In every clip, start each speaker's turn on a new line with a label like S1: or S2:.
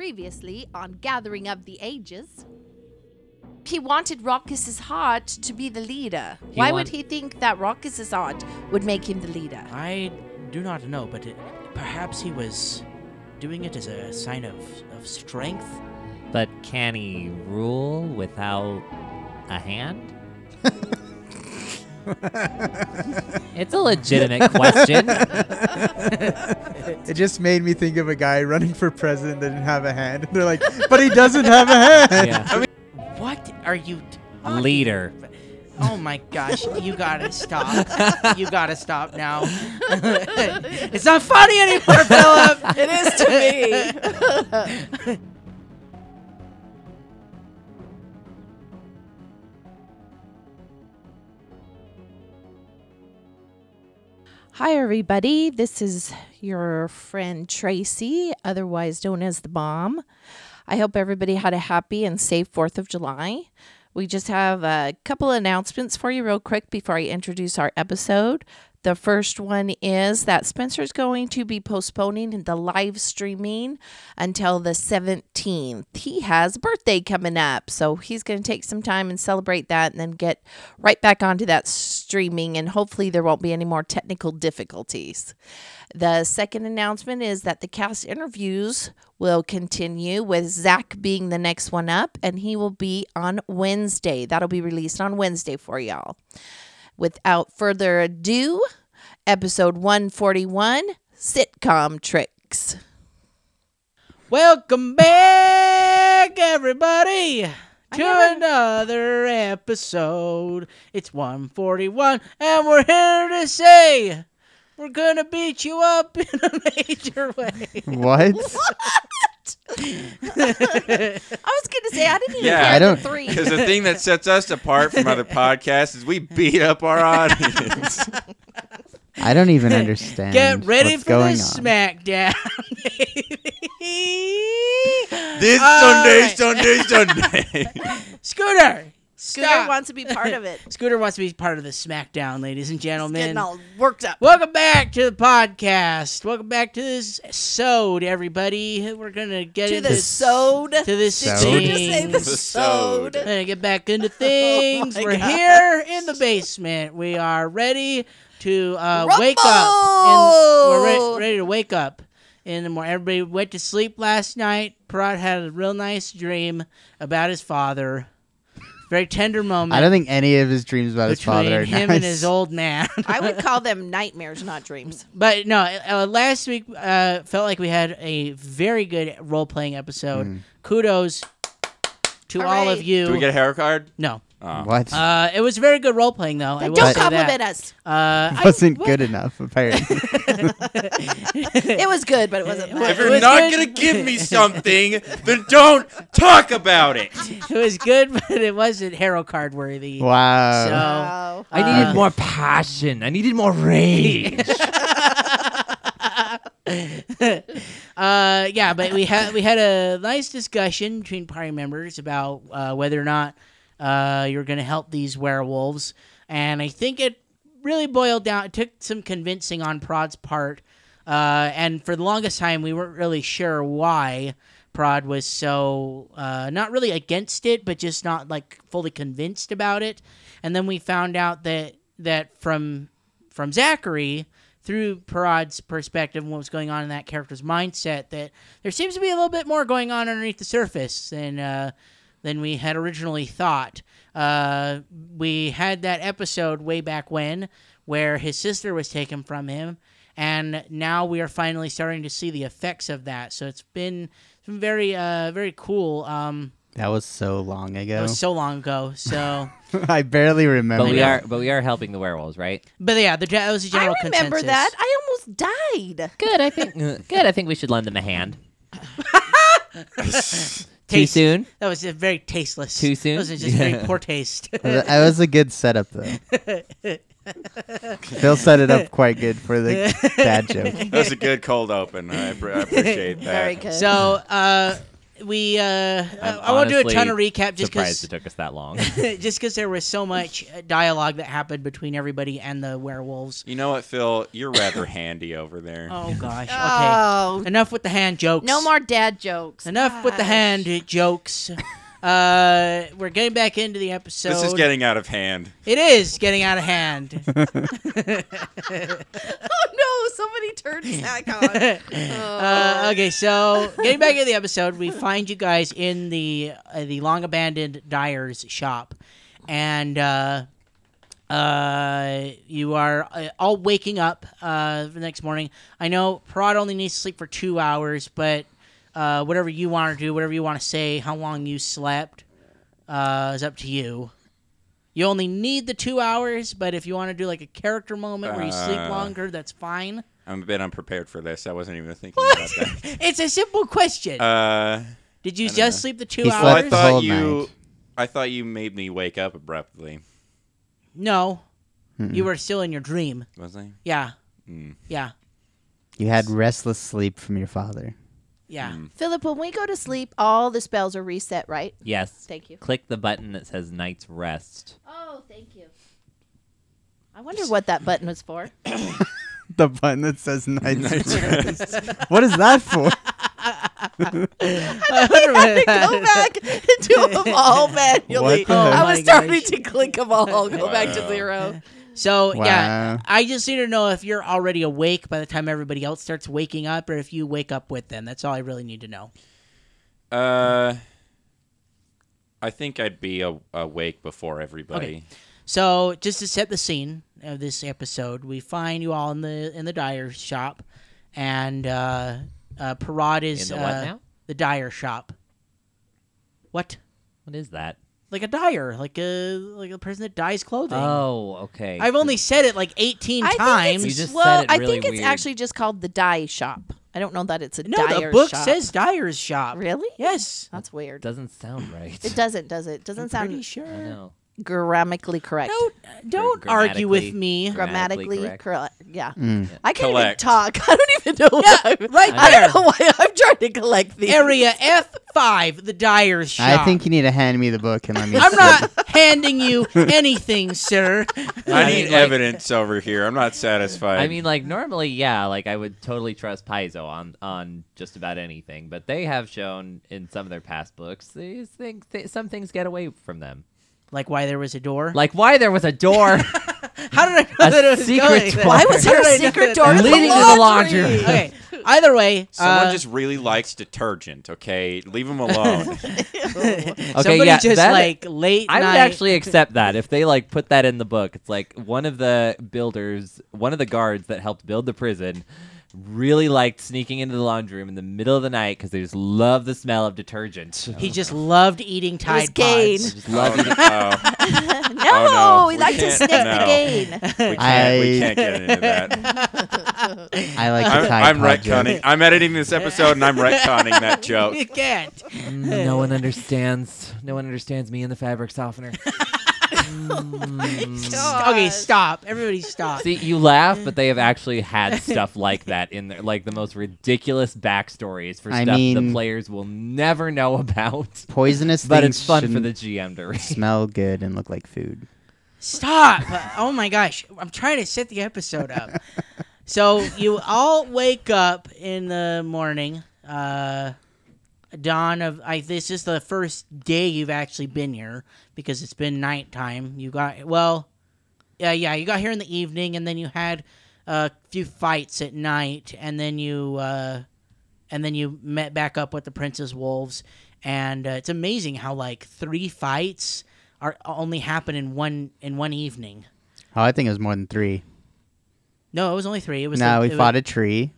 S1: previously on Gathering of the Ages.
S2: He wanted Raucus's heart to be the leader. Why
S3: want-
S2: would he think that Raucus's heart would make him the leader?
S3: I do not know, but it, perhaps he was doing it as a sign of, of strength.
S4: But can he rule without a hand? it's a legitimate question.
S5: It just made me think of a guy running for president that didn't have a hand. they're like, but he doesn't have a hand.
S4: Yeah.
S3: What are you talking
S4: Leader.
S3: about? Oh my gosh, you gotta stop. You gotta stop now. it's not funny anymore, Philip.
S2: It is to me. Hi, everybody. This is your friend Tracy, otherwise known as the bomb. I hope everybody had a happy and safe 4th of July. We just have a couple announcements for you, real quick, before I introduce our episode. The first one is that Spencer's going to be postponing the live streaming until the 17th. He has a birthday coming up, so he's going to take some time and celebrate that and then get right back onto that streaming. And hopefully, there won't be any more technical difficulties. The second announcement is that the cast interviews will continue with Zach being the next one up, and he will be on Wednesday. That'll be released on Wednesday for y'all. Without further ado, episode 141 sitcom tricks.
S3: Welcome back, everybody, to another episode. It's 141, and we're here to say we're gonna beat you up in a major way.
S5: What?
S2: I was going to say, I didn't even
S6: Yeah.
S2: hear
S6: I
S5: don't-
S2: the three.
S6: Because the thing that sets us apart from other podcasts is we beat up our audience.
S5: I don't even understand.
S3: Get ready
S5: what's
S3: for
S5: going
S3: this
S5: on.
S3: SmackDown.
S6: this Sunday, Sunday, Sunday.
S3: Scooter.
S2: Scooter
S3: stop.
S2: wants to be part of it.
S3: Scooter wants to be part of the SmackDown, ladies and
S2: He's
S3: gentlemen.
S2: getting all worked up.
S3: Welcome back to the podcast. Welcome back to this sode, everybody. We're gonna get
S2: To
S3: into
S2: the soda.
S3: to this
S5: Sode?
S2: Did you just say the
S3: thing.
S6: Episode.
S2: soda?
S3: We're gonna get back into things.
S2: Oh my
S3: We're
S2: gosh.
S3: here in the basement. We are ready to uh, wake up.
S2: Rumble!
S3: And we're re- ready to wake up. in the morning. everybody went to sleep last night. Parad had a real nice dream about his father. Very tender moment.
S5: I don't think any of his dreams about his
S3: between
S5: father are
S3: him
S5: nice.
S3: and his old man.
S2: I would call them nightmares, not dreams.
S3: But no, uh, last week uh, felt like we had a very good role playing episode. Kudos to all of
S2: Hooray.
S3: you.
S6: Do we get a hair card?
S3: no.
S6: Oh.
S5: What?
S3: Uh, it was very good role playing though. I will
S2: Don't
S3: say
S2: compliment
S3: that.
S2: us.
S3: Uh,
S5: wasn't good enough, apparently.
S2: It was good, but it wasn't.
S6: If
S3: It
S6: you're
S3: was
S6: not
S3: good.
S6: gonna give me something, then don't talk about it.
S3: it was good, but it wasn't hero card worthy.
S5: wow.
S3: So-
S2: Wow.
S4: I needed more passion. I needed more rage.
S3: Uh, yeah, but we had we had a nice discussion between party members about uh, whether or not uh, you're going to help these werewolves, and I think it really boiled down. It took some convincing on Prod's part, uh, and for the longest time we weren't really sure why Prod was so uh, not really against it, but just not like fully convinced about it. And then we found out that that from from Zachary through Parad's perspective and what was going on in that character's mindset that there seems to be a little bit more going on underneath the surface than uh, than we had originally thought. Uh, we had that episode way back when where his sister was taken from him, and now we are finally starting to see the effects of that. So it's been, it's been very uh, very cool. Um,
S5: that was so long
S3: It
S5: ago.
S3: was Oh, so long ago. So,
S5: I barely remember.
S4: But we are but we are helping the werewolves, right?
S3: but yeah, the, that was the
S2: I
S3: general
S2: remember
S3: consensus.
S2: that. I almost died.
S4: Good, I think uh, good, I think we should lend them a hand. Too
S3: Taste-
S4: soon?
S3: That was uh, very tasteless.
S4: Too soon?
S3: That was just very poor taste.
S5: That was a good setup, though. Phil set it up quite good for the dad joke.
S6: That was a good cold open. I, appre- I appreciate that.
S2: Very good.
S3: so, uh, we uh,
S4: I'm
S3: I won't do a ton of
S4: honestly
S3: recap
S4: Surprised
S3: just because
S4: it took us that long.
S3: just because there was so much uh, dialogue that happened between everybody and the werewolves.
S6: You know what, Phil? You're rather handy over there.
S3: Oh gosh. Okay.
S7: Oh,
S3: Enough with the hand jokes.
S7: no more dad jokes.
S3: Enough with the
S7: Gosh.
S3: hand jokes. Uh, we're getting back into the episode.
S6: this is getting out of hand.
S3: It is getting out of hand.
S7: Oh no! Somebody turned back on.
S2: Oh.
S3: Uh, okay, so getting back into the episode, we find you guys in the uh, the long abandoned dyer's shop, and uh, uh, you are uh, all waking up uh, the next morning. I know Prod only needs to sleep for two hours, but uh, whatever you want to do, whatever you want to say, how long you slept uh, is up to you. You only need the two hours, but if you want to do like a character moment where you sleep
S6: Uh.
S3: longer, that's fine.
S6: I'm a bit unprepared for this. I wasn't even thinking about that.
S3: It's a simple question.
S6: Uh,
S3: Did you
S6: don't
S3: just
S6: know.
S3: sleep the two
S5: He
S3: hours?
S6: well, I
S5: the
S6: thought
S5: whole
S6: you,
S5: night.
S6: I thought you made me wake up abruptly.
S3: no. You were still in your dream.
S6: Was I?
S3: Yeah.
S6: Mm.
S3: Yeah.
S5: You had restless sleep from your father.
S3: Yeah.
S2: Philip, when we go to sleep, all the spells are reset, right?
S4: yes.
S2: Thank you.
S4: Click the button that says Night's Rest.
S7: Oh, thank you.
S2: I wonder what that button was for.
S8: the button that says night.
S6: Mm.
S8: what is that for?
S2: go back to them all manually.
S8: What the heck?
S2: I
S3: Oh my
S2: was starting
S3: gosh.
S2: to click them all. Go back to
S6: Wow.
S2: zero.
S3: So yeah,
S5: Wow.
S3: I just need to know if you're already awake by the time everybody else starts waking up, or if you wake up with them. That's all I really need to know.
S6: Uh, I think I'd be a- awake before everybody.
S3: So just to set the scene of this episode, we find you all in the in the dyer shop, and uh, uh, Parad is
S4: In the what
S3: uh,
S4: now?
S3: the dyer shop. What?
S4: What is that?
S3: Like a dyer, like a like a person that dyes clothing.
S4: Oh, okay.
S3: I've only said it like 18 times.
S4: You just
S2: well,
S4: said it
S2: I
S4: really
S2: think it's
S4: weird.
S2: actually just called the dye shop. I don't know that it's a
S3: no, the
S2: dyer
S3: book
S2: shop.
S3: says Dyer's Shop.
S2: Really?
S3: Yes.
S2: That's weird.
S4: doesn't sound right.
S2: it doesn't, does it? Doesn't
S3: I'm
S2: sound
S3: pretty sure.
S4: I know.
S2: grammatically correct.
S3: Don't uh, don't argue with me.
S4: Grammatically
S2: grammatically correct.
S4: correct.
S2: Yeah.
S5: Mm.
S2: I can't
S6: Collect.
S2: even talk. I don't even know
S3: Yeah,
S2: what I'm,
S3: right
S2: I
S3: there.
S2: don't know why I'm trying to collect these.
S3: Area F5, the Dyer's Shop.
S5: I think you need to hand me the book and let me.
S3: I'm
S5: sleep.
S3: not handing you anything, sir.
S6: I need
S4: mean, like-
S6: evidence over here. I'm not satisfied.
S4: I mean, like normally, yeah, like I would totally trust Paizo on on just about anything, but they have shown in some of their past books these things. Th- some things get away from them,
S3: Like why there was a door.
S4: like why there was a door.
S3: How did I know
S4: A
S3: that it was
S4: secret
S3: going there?
S4: door. Why
S2: was there a secret door to the
S4: Leading to the laundry? laundry?
S3: okay. Either way,
S6: Someone
S3: uh,
S6: just really likes detergent. Okay, leave them alone.
S3: somebody
S4: yeah,
S3: just
S4: that-
S3: like late
S4: I would
S3: night.
S4: actually accept that if they like put that in the book. It's like one of the builders, one of the guards that helped build the prison, really liked sneaking into the laundry room in the middle of the night because they just love the smell of detergent.
S3: he just loved eating
S2: was
S3: Tide
S2: Gain.
S3: Pods.
S4: Just love
S6: Oh,
S4: it.
S6: no.
S2: No,
S6: Oh, no.
S2: we
S6: We
S2: like to
S6: can't.
S2: sniff the
S6: No.
S2: gain.
S6: We, can't, we
S5: I-
S6: can't get into that.
S5: I like the Tide
S6: I'm, I'm
S5: Pod joke.
S6: retconning. I'm editing this episode and I'm retconning that joke.
S3: You can't.
S4: no one understands. No one understands me and the fabric softener.
S3: Mm. Okay, stop. Everybody stop.
S4: See, you laugh, but they have actually had stuff like that in there, like the most ridiculous backstories for
S5: I
S4: stuff the
S5: mean-
S4: players will never know about.
S5: Poisonous
S4: But
S5: things
S4: it's fun for the GM
S5: shouldn't
S4: to read.
S5: smell good and look like food.
S3: Stop! oh my gosh, I'm trying to set the episode up. so you all wake up in the morning, uh, dawn of. I, this is the first day you've actually been here because it's been nighttime. You got well, yeah, yeah. You got here in the evening, and then you had a few fights at night, and then you, uh, and then you met back up with the Princess Wolves, and uh, it's amazing how like three fights are only happen in one in one evening.
S5: Oh, I think it was more than three.
S3: No, it was only three. It was
S5: No,
S3: the,
S5: we
S3: it was-
S5: fought a tree.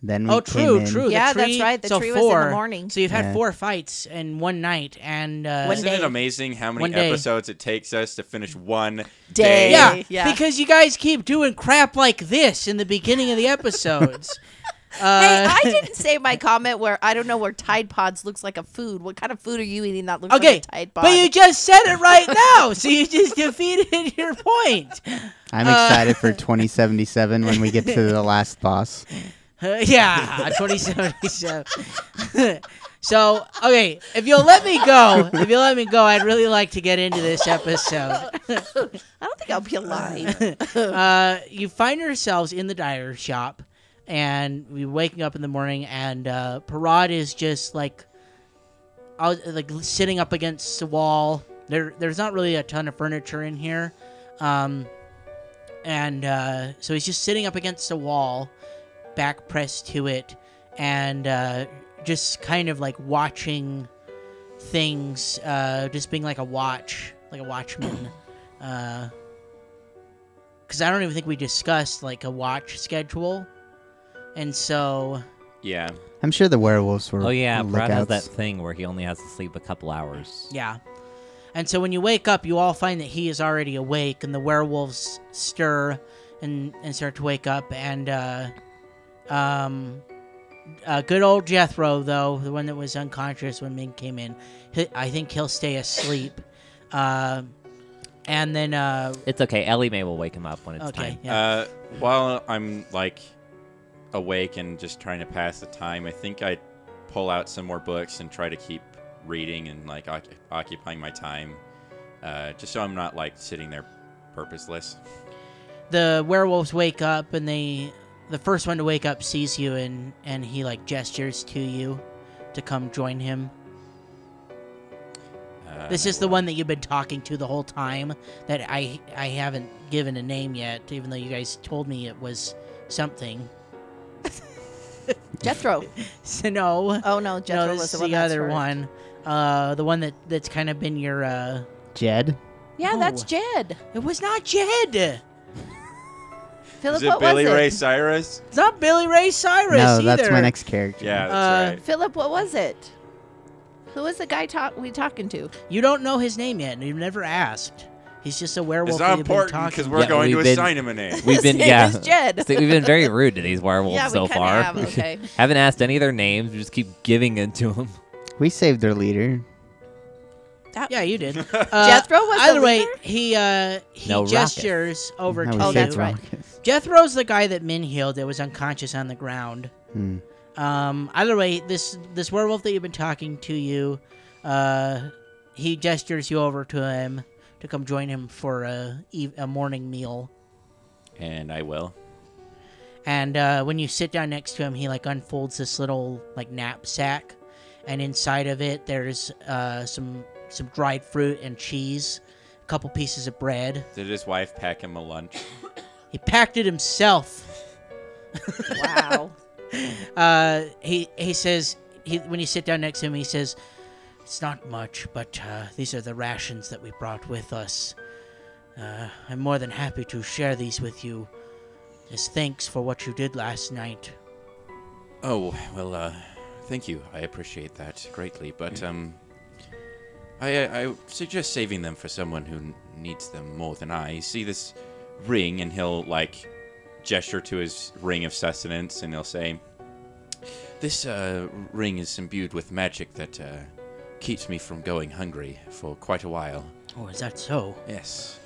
S5: Then we
S3: oh,
S5: came
S3: true,
S5: in.
S3: true.
S2: Yeah,
S3: the
S2: that's
S3: tree,
S2: right, the
S3: so
S2: tree was in the
S3: four,
S2: morning.
S3: So you've had
S5: Yeah.
S3: four fights in one night, and uh,
S2: One
S6: Isn't
S2: day.
S6: it amazing how
S3: One
S6: many
S3: day.
S6: episodes it takes us to finish one
S2: Day.
S6: day?
S3: yeah,
S2: Yeah.
S3: because you guys keep doing crap like this in the beginning of the episodes. uh,
S2: Hey, I didn't say my comment where I don't know where Tide Pods looks like a food. What kind of food are you eating that looks
S3: okay,
S2: like a Tide Pod?
S3: but you just said it right now, so you just defeated your point.
S5: I'm excited for 2077 when we get to the last boss.
S3: Uh, yeah, 2077. So, okay, if you'll let me go, if you'll let me go, I'd really like to get into this episode.
S2: I don't think I'll be alive.
S3: uh, you find yourselves in the dyer shop, and we waking up in the morning, and uh, Parad is just like, out, like sitting up against the wall. There, there's not really a ton of furniture in here, um, and uh, so he's just sitting up against the wall, back pressed to it, and uh, just kind of like watching things, uh, just being like a watch, like a watchman. Uh, because I don't even think we discussed like a watch schedule, and so
S6: Yeah.
S5: I'm sure the werewolves were.
S9: Oh yeah, Brad has
S5: lookouts.
S9: that thing where he only has to sleep a couple hours.
S3: yeah, and so when you wake up, you all find that he is already awake, and the werewolves stir and and start to wake up, and uh, um, uh, good old Jethro though, the one that was unconscious when Ming came in, he, I think he'll stay asleep, uh, and then uh,
S9: It's okay. Ellie Mae will wake him up when it's
S3: okay,
S9: time.
S3: yeah.
S6: Uh, while I'm like awake and just trying to pass the time, I think I pull out some more books and try to keep reading and like oc- occupying my time, uh, just so I'm not like sitting there purposeless.
S3: the werewolves wake up and they the first one to wake up sees you and and he like gestures to you to come join him
S6: Uh,
S3: this is the one that you've been talking to the whole time that i i haven't given a name yet even though you guys told me it was something
S2: Jethro.
S3: so no
S2: Oh no, Jethro
S3: no,
S2: was
S3: this
S2: the
S3: is
S2: one.
S3: the
S2: that's
S3: other
S2: hurt.
S3: one uh the one that that's kind of been your uh
S5: Jed.
S2: Yeah, that's
S3: No.
S2: Jed.
S3: it was not jed
S2: Philip,
S6: is it
S2: what
S6: Billy
S2: was it?
S6: Ray Cyrus?
S3: it's not billy ray cyrus
S5: No, that's
S3: either.
S5: my next character.
S6: Yeah,
S3: Uh,
S6: that's right.
S2: Philip, what was it? Who was the guy talk we talking to?
S3: you don't know his name yet and you've never asked he's just a werewolf
S6: It's
S3: that
S6: not
S3: you've been
S6: important
S3: talking
S6: because
S3: to.
S6: we're
S9: Yeah,
S6: going to
S9: we've been-
S6: assign him a name.
S9: We've been
S2: His name
S9: yeah.
S2: is Jed.
S9: So we've been very rude to these werewolves
S2: yeah, we
S9: so
S2: kinda
S9: far.
S2: have. Okay.
S9: Haven't asked any of their names. We just keep giving it to them.
S5: We saved their leader.
S3: Yeah, you did.
S2: Jethro was
S3: Uh, Either
S2: the
S3: way,
S2: leader?
S3: he uh, he
S9: No, Rocket.
S3: gestures over
S5: No,
S3: to
S5: we
S2: Oh,
S3: you.
S5: saved
S2: that's right.
S5: Rockets.
S3: Jethro's the guy that Min healed that was unconscious on the ground.
S5: Hmm.
S3: Um, either way, this this werewolf that you've been talking to you, uh, he gestures you over to him to come join him for a eve- a morning meal.
S6: and I will.
S3: And uh, when you sit down next to him, he like unfolds this little like knapsack, and inside of it there's uh, some some dried fruit and cheese, a couple pieces of bread.
S6: Did his wife pack him a lunch?
S3: He packed it himself. Oh,
S2: Wow.
S3: Uh, he he says he when you sit down next to him, he says, "It's not much, but uh, these are the rations that we brought with us. Uh, I'm more than happy to share these with you, as thanks for what you did last night."
S6: Oh, well, uh, thank you. I appreciate that greatly, but, um, I, I I suggest saving them for someone who n- needs them more than I. See this ring, and he'll, like, gesture to his ring of sustenance, and he'll say, This, uh, ring is imbued with magic that, uh, keeps me from going hungry for quite a while.
S3: Oh, is that so?
S6: Yes.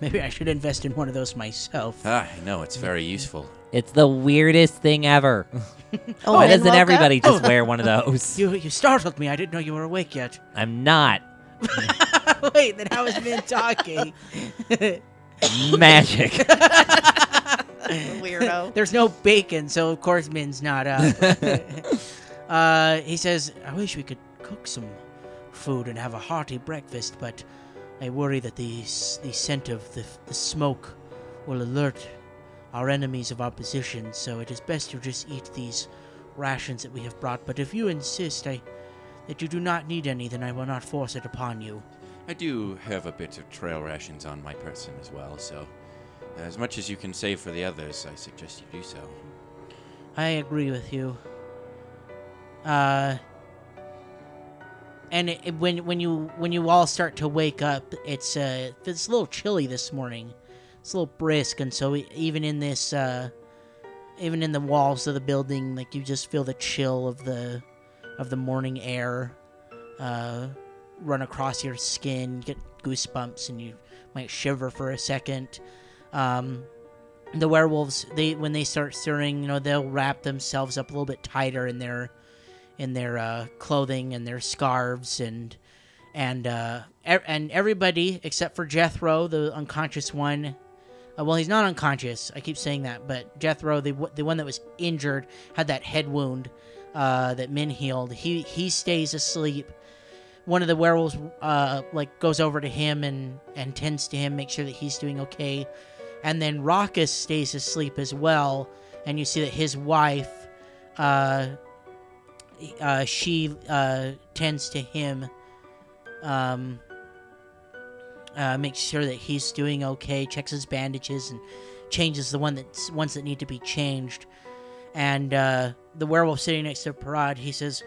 S3: Maybe I should invest in one of those myself.
S6: Ah, I know, it's very useful.
S9: It's the weirdest thing ever.
S2: Oh,
S9: Why
S2: and woke
S9: doesn't
S2: up?
S9: everybody just wear one of those?
S3: You you startled me. I didn't know you were awake yet. Oh,
S9: I'm not
S3: Wait, then how is Min talking?
S9: magic.
S2: Weirdo.
S3: There's no bacon, so of course Min's not up. uh, he says, I wish we could cook some food and have a hearty breakfast, but I worry that the, s- the scent of the, the smoke will alert our enemies of our position, so it is best to just eat these rations that we have brought. But if you insist I, that you do not need any, then I will not force it upon you.
S6: I do have a bit of trail rations on my person as well, so as much as you can save for the others, I suggest you do so.
S3: I agree with you. Uh, and it, when when you when you all start to wake up, it's uh it's a little chilly this morning. It's a little brisk, and so e- even in this, uh, even in the walls of the building, like you just feel the chill of the of the morning air uh, run across your skin. You get goosebumps, and you might shiver for a second. Um, the werewolves they when they start stirring you know they'll wrap themselves up a little bit tighter in their in their uh, clothing and their scarves and and uh, er- and everybody except for Jethro, the unconscious one. Uh, well, he's not unconscious. I keep saying that, but Jethro, the w- the one that was injured, had that head wound uh, that Min healed. He he stays asleep. One of the werewolves uh, like goes over to him and and tends to him, makes sure that he's doing okay, and then Raucus stays asleep as well. And you see that his wife, uh, uh, she uh, tends to him um, uh, makes sure that he's doing okay, checks his bandages, and changes the one that's ones that need to be changed. And uh, the werewolf sitting next to Parad, he says,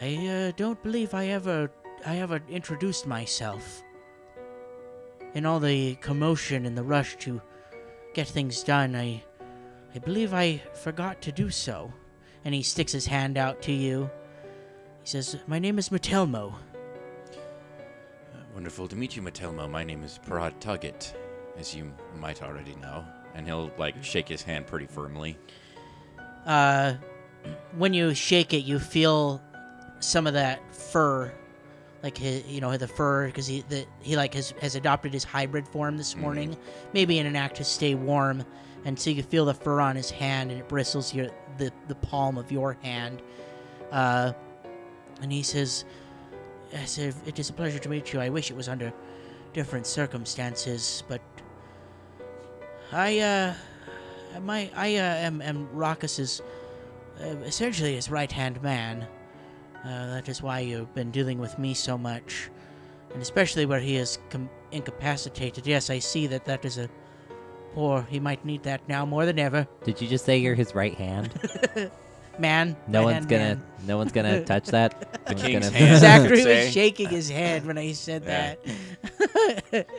S3: "I uh, don't believe I ever, I ever introduced myself. In all the commotion and the rush to get things done, I, I believe I forgot to do so." And he sticks his hand out to you. He says, "My name is Matelmo."
S6: Uh, Wonderful to meet you, Matelmo. My name is Parad Tuggett, as you might already know. And he'll like shake his hand pretty firmly.
S3: uh, when you shake it, you feel some of that fur, like his, you know, the fur, because he the, he like has has adopted his hybrid form this morning, maybe in an act to stay warm, and so you feel the fur on his hand, and it bristles your the the palm of your hand, uh, and he says, "Yes, it it is a pleasure to meet you. I wish it was under different circumstances, but." I uh, my I uh, am am Raucus's uh, essentially his right hand man. Uh, that is why you've been dealing with me so much, and especially where he is com- incapacitated. Yes, I see that that is a poor. He might need that now more than ever,
S9: Did you just say you're his right hand?
S3: man.
S9: No one's
S3: right-hand
S9: gonna.
S3: man.
S9: No one's gonna touch that. No
S6: The
S9: one's
S6: king's
S9: gonna-
S6: hand.
S3: Zachary
S6: Say.
S3: was shaking his head when I said
S6: Yeah.
S3: that.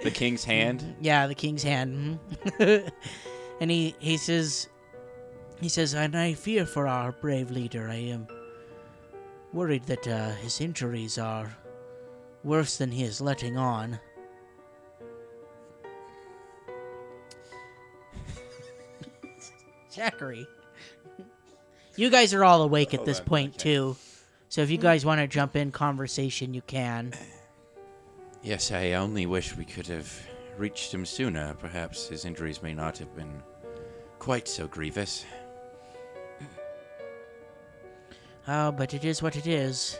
S6: The king's hand.
S3: Yeah, the king's hand. mhm. and he he says, he says, and I fear for our brave leader. I am worried that uh, his injuries are worse than he is letting on. Zachary, you guys are all awake at
S6: Hold
S3: this
S6: on,
S3: point too, so if you guys want to jump in conversation, you can.
S6: Yes, I only wish we could have reached him sooner. Perhaps his injuries may not have been quite so grievous.
S3: Oh, but it is what it is.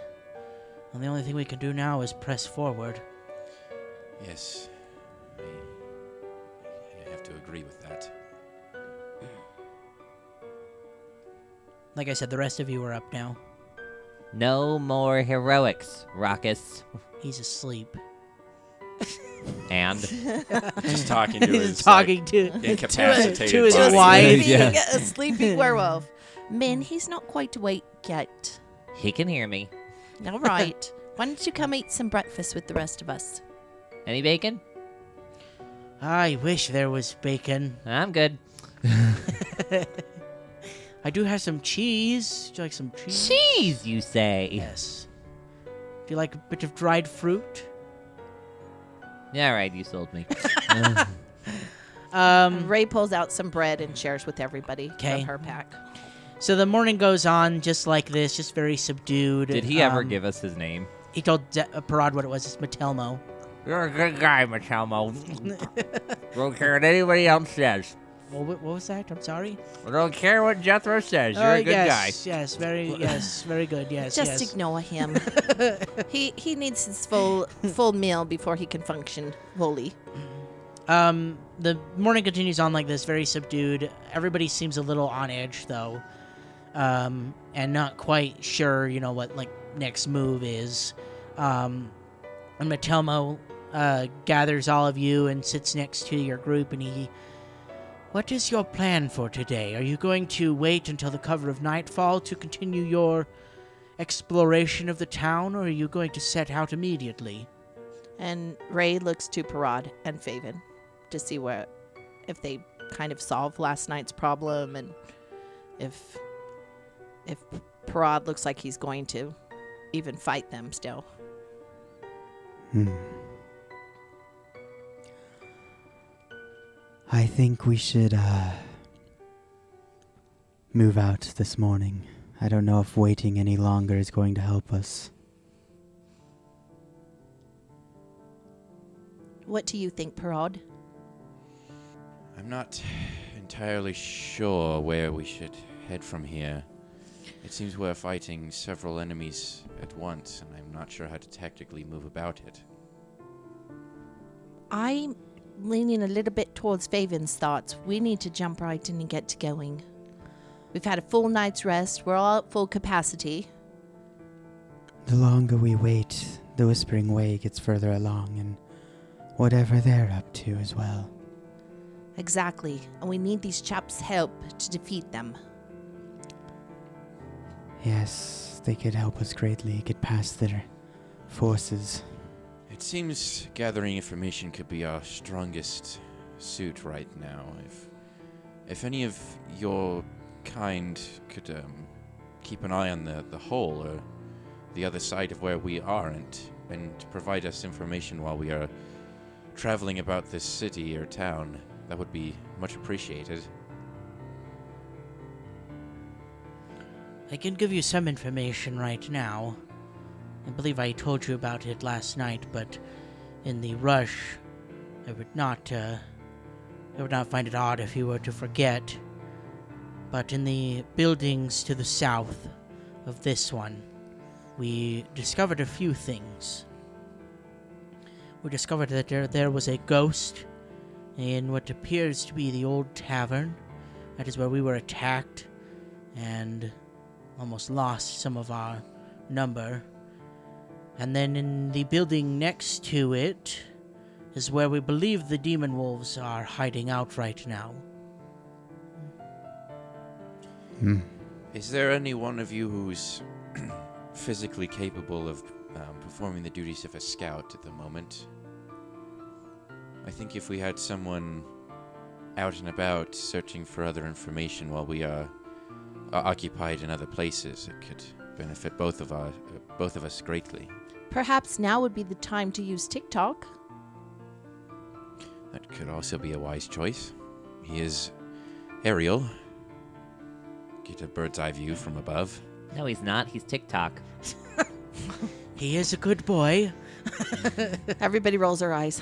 S3: And the only thing we can do now is press forward.
S6: Yes, I, I have to agree with that.
S3: Like I said, the rest of you are up now.
S9: No more heroics, Rockus.
S3: He's asleep.
S9: And
S6: Just talking to
S3: He's
S6: his,
S3: talking to
S6: like, incapacitated
S3: to his
S6: body.
S3: wife.
S2: Sleeping,
S9: Yeah.
S2: a sleeping werewolf. Min, he's not quite awake yet.
S9: he can hear me.
S2: All right. Why don't you come eat some breakfast with the rest of us?
S9: Any bacon?
S3: I wish there was bacon.
S9: I'm good.
S3: I do have some cheese. Do you like some cheese?
S9: Cheese, you say?
S3: Yes. Do you like a bit of dried fruit?
S9: Yeah, all right. You sold me.
S3: Um,
S2: Ray pulls out some bread and shares with everybody
S3: Okay.
S2: from her pack.
S3: so the morning goes on just like this, just very subdued.
S9: Did he ever
S3: Um,
S9: give us his name?
S3: He told De- uh, Parad what it was. It's Matelmo.
S9: You're a good guy, Matelmo. don't care what anybody else says.
S3: Well, what what was that? I'm sorry.
S9: I don't care what Jethro says.
S3: Oh, yes, Yes, very, yes, very good. Yes,
S2: Just
S3: yes.
S2: ignore him. he he needs his full full meal before he can function fully.
S3: Um, the morning continues on like this, very subdued. Everybody seems a little on edge, though, um, and not quite sure, you know, what like next move is. Um, and Matelmo uh, gathers all of you and sits next to your group, and he, what is your plan for today? Are you going to wait until the cover of nightfall to continue your exploration of the town, or are you going to set out immediately?
S2: And Ray looks to Parad and Faven to see where if they kind of solve last night's problem and if if Parad looks like he's going to even fight them still.
S5: Hmm. I think we should uh, move out this morning. I don't know if waiting any longer is going to help us.
S2: What do you think, Parod?
S6: I'm not entirely sure where we should head from here. It seems we're fighting several enemies at once, and I'm not sure how to tactically move about it.
S2: I'm leaning a little bit towards Faven's thoughts. We need to jump right in and get to going. We've had a full night's rest. We're all at full capacity.
S5: The longer we wait, the Whispering Way gets further along, and whatever they're up to as well.
S2: Exactly. And we need these chaps' help to defeat them.
S5: Yes, they could help us greatly get past their forces.
S6: It seems gathering information could be our strongest suit right now. If if any of your kind could um, keep an eye on the, the hole or the other side of where we aren't and provide us information while we are traveling about this city or town, that would be much appreciated.
S3: I can give you some information right now. I believe I told you about it last night, but in the rush, I would not, uh, I would not find it odd if you were to forget. But in the buildings to the south of this one, we discovered a few things. We discovered that there, there was a ghost in what appears to be the old tavern. That is where we were attacked and almost lost some of our number. And then in the building next to it is where we believe the demon wolves are hiding out right now.
S5: Hmm.
S6: Is there any one of you who's physically capable of um, performing the duties of a scout at the moment? I think if we had someone out and about searching for other information while we are, are occupied in other places, it could benefit both of our uh, both of us greatly.
S2: Perhaps now would be the time to use TikTok.
S6: That could also be a wise choice. He is aerial. Get a bird's eye view from above.
S9: No, he's not. He's TikTok.
S3: He is a good boy.
S2: Everybody rolls their eyes.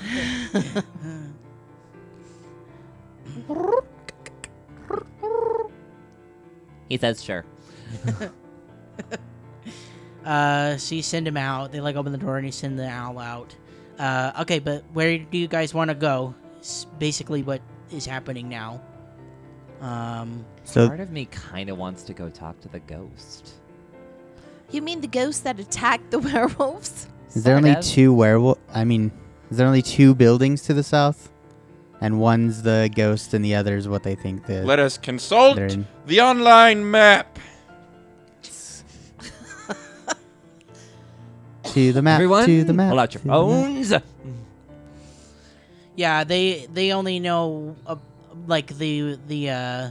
S9: He says sure.
S3: Uh, so you send him out. They like open the door and you send the owl out. Uh, okay, but where do you guys want to go? It's basically what is happening now. Um,
S5: So,
S9: Part of me kind of wants to go talk to the ghost.
S2: You mean the ghosts that attacked the werewolves?
S5: is there
S9: Sort
S5: only
S9: of.
S5: two werewolf? I mean, is there only two buildings to the south? And one's the ghost, and the other's what they think the.
S6: Let us consult
S5: they're in.
S6: the online map.
S5: To the map.
S9: Everyone,
S5: to the map.
S9: pull out your
S5: to the map.
S9: phones.
S3: yeah, they they only know uh, like the the uh,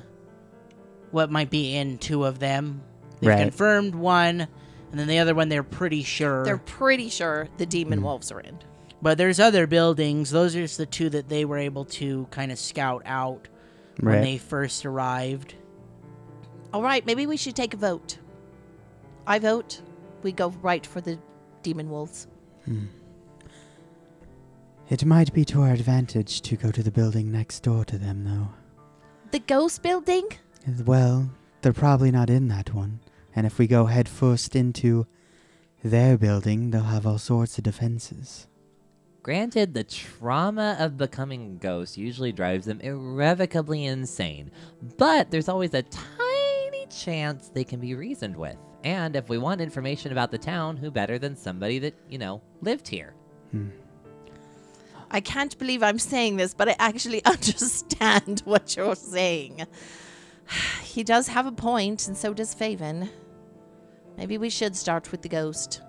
S3: what might be in two of them. They've
S5: Right.
S3: confirmed one, and then the other one they're pretty sure.
S2: They're pretty sure the demon wolves are in.
S3: but there's other buildings. Those are just the two that they were able to kind of scout out when
S5: Right.
S3: they first arrived.
S2: All right, maybe we should take a vote. I vote we go right for the demon wolves.
S5: It might be to our advantage to go to the building next door to them, though.
S2: The ghost building?
S5: As Well, they're probably not in that one. And if we go headfirst into their building, they'll have all sorts of defenses.
S9: Granted, the trauma of becoming a ghost usually drives them irrevocably insane, but there's always a tiny chance they can be reasoned with. And if we want information about the town, who better than somebody that, you know, lived here?
S2: I can't believe I'm saying this, but I actually understand what you're saying. He does have a point, and so does Faven. Maybe we should start with the ghost.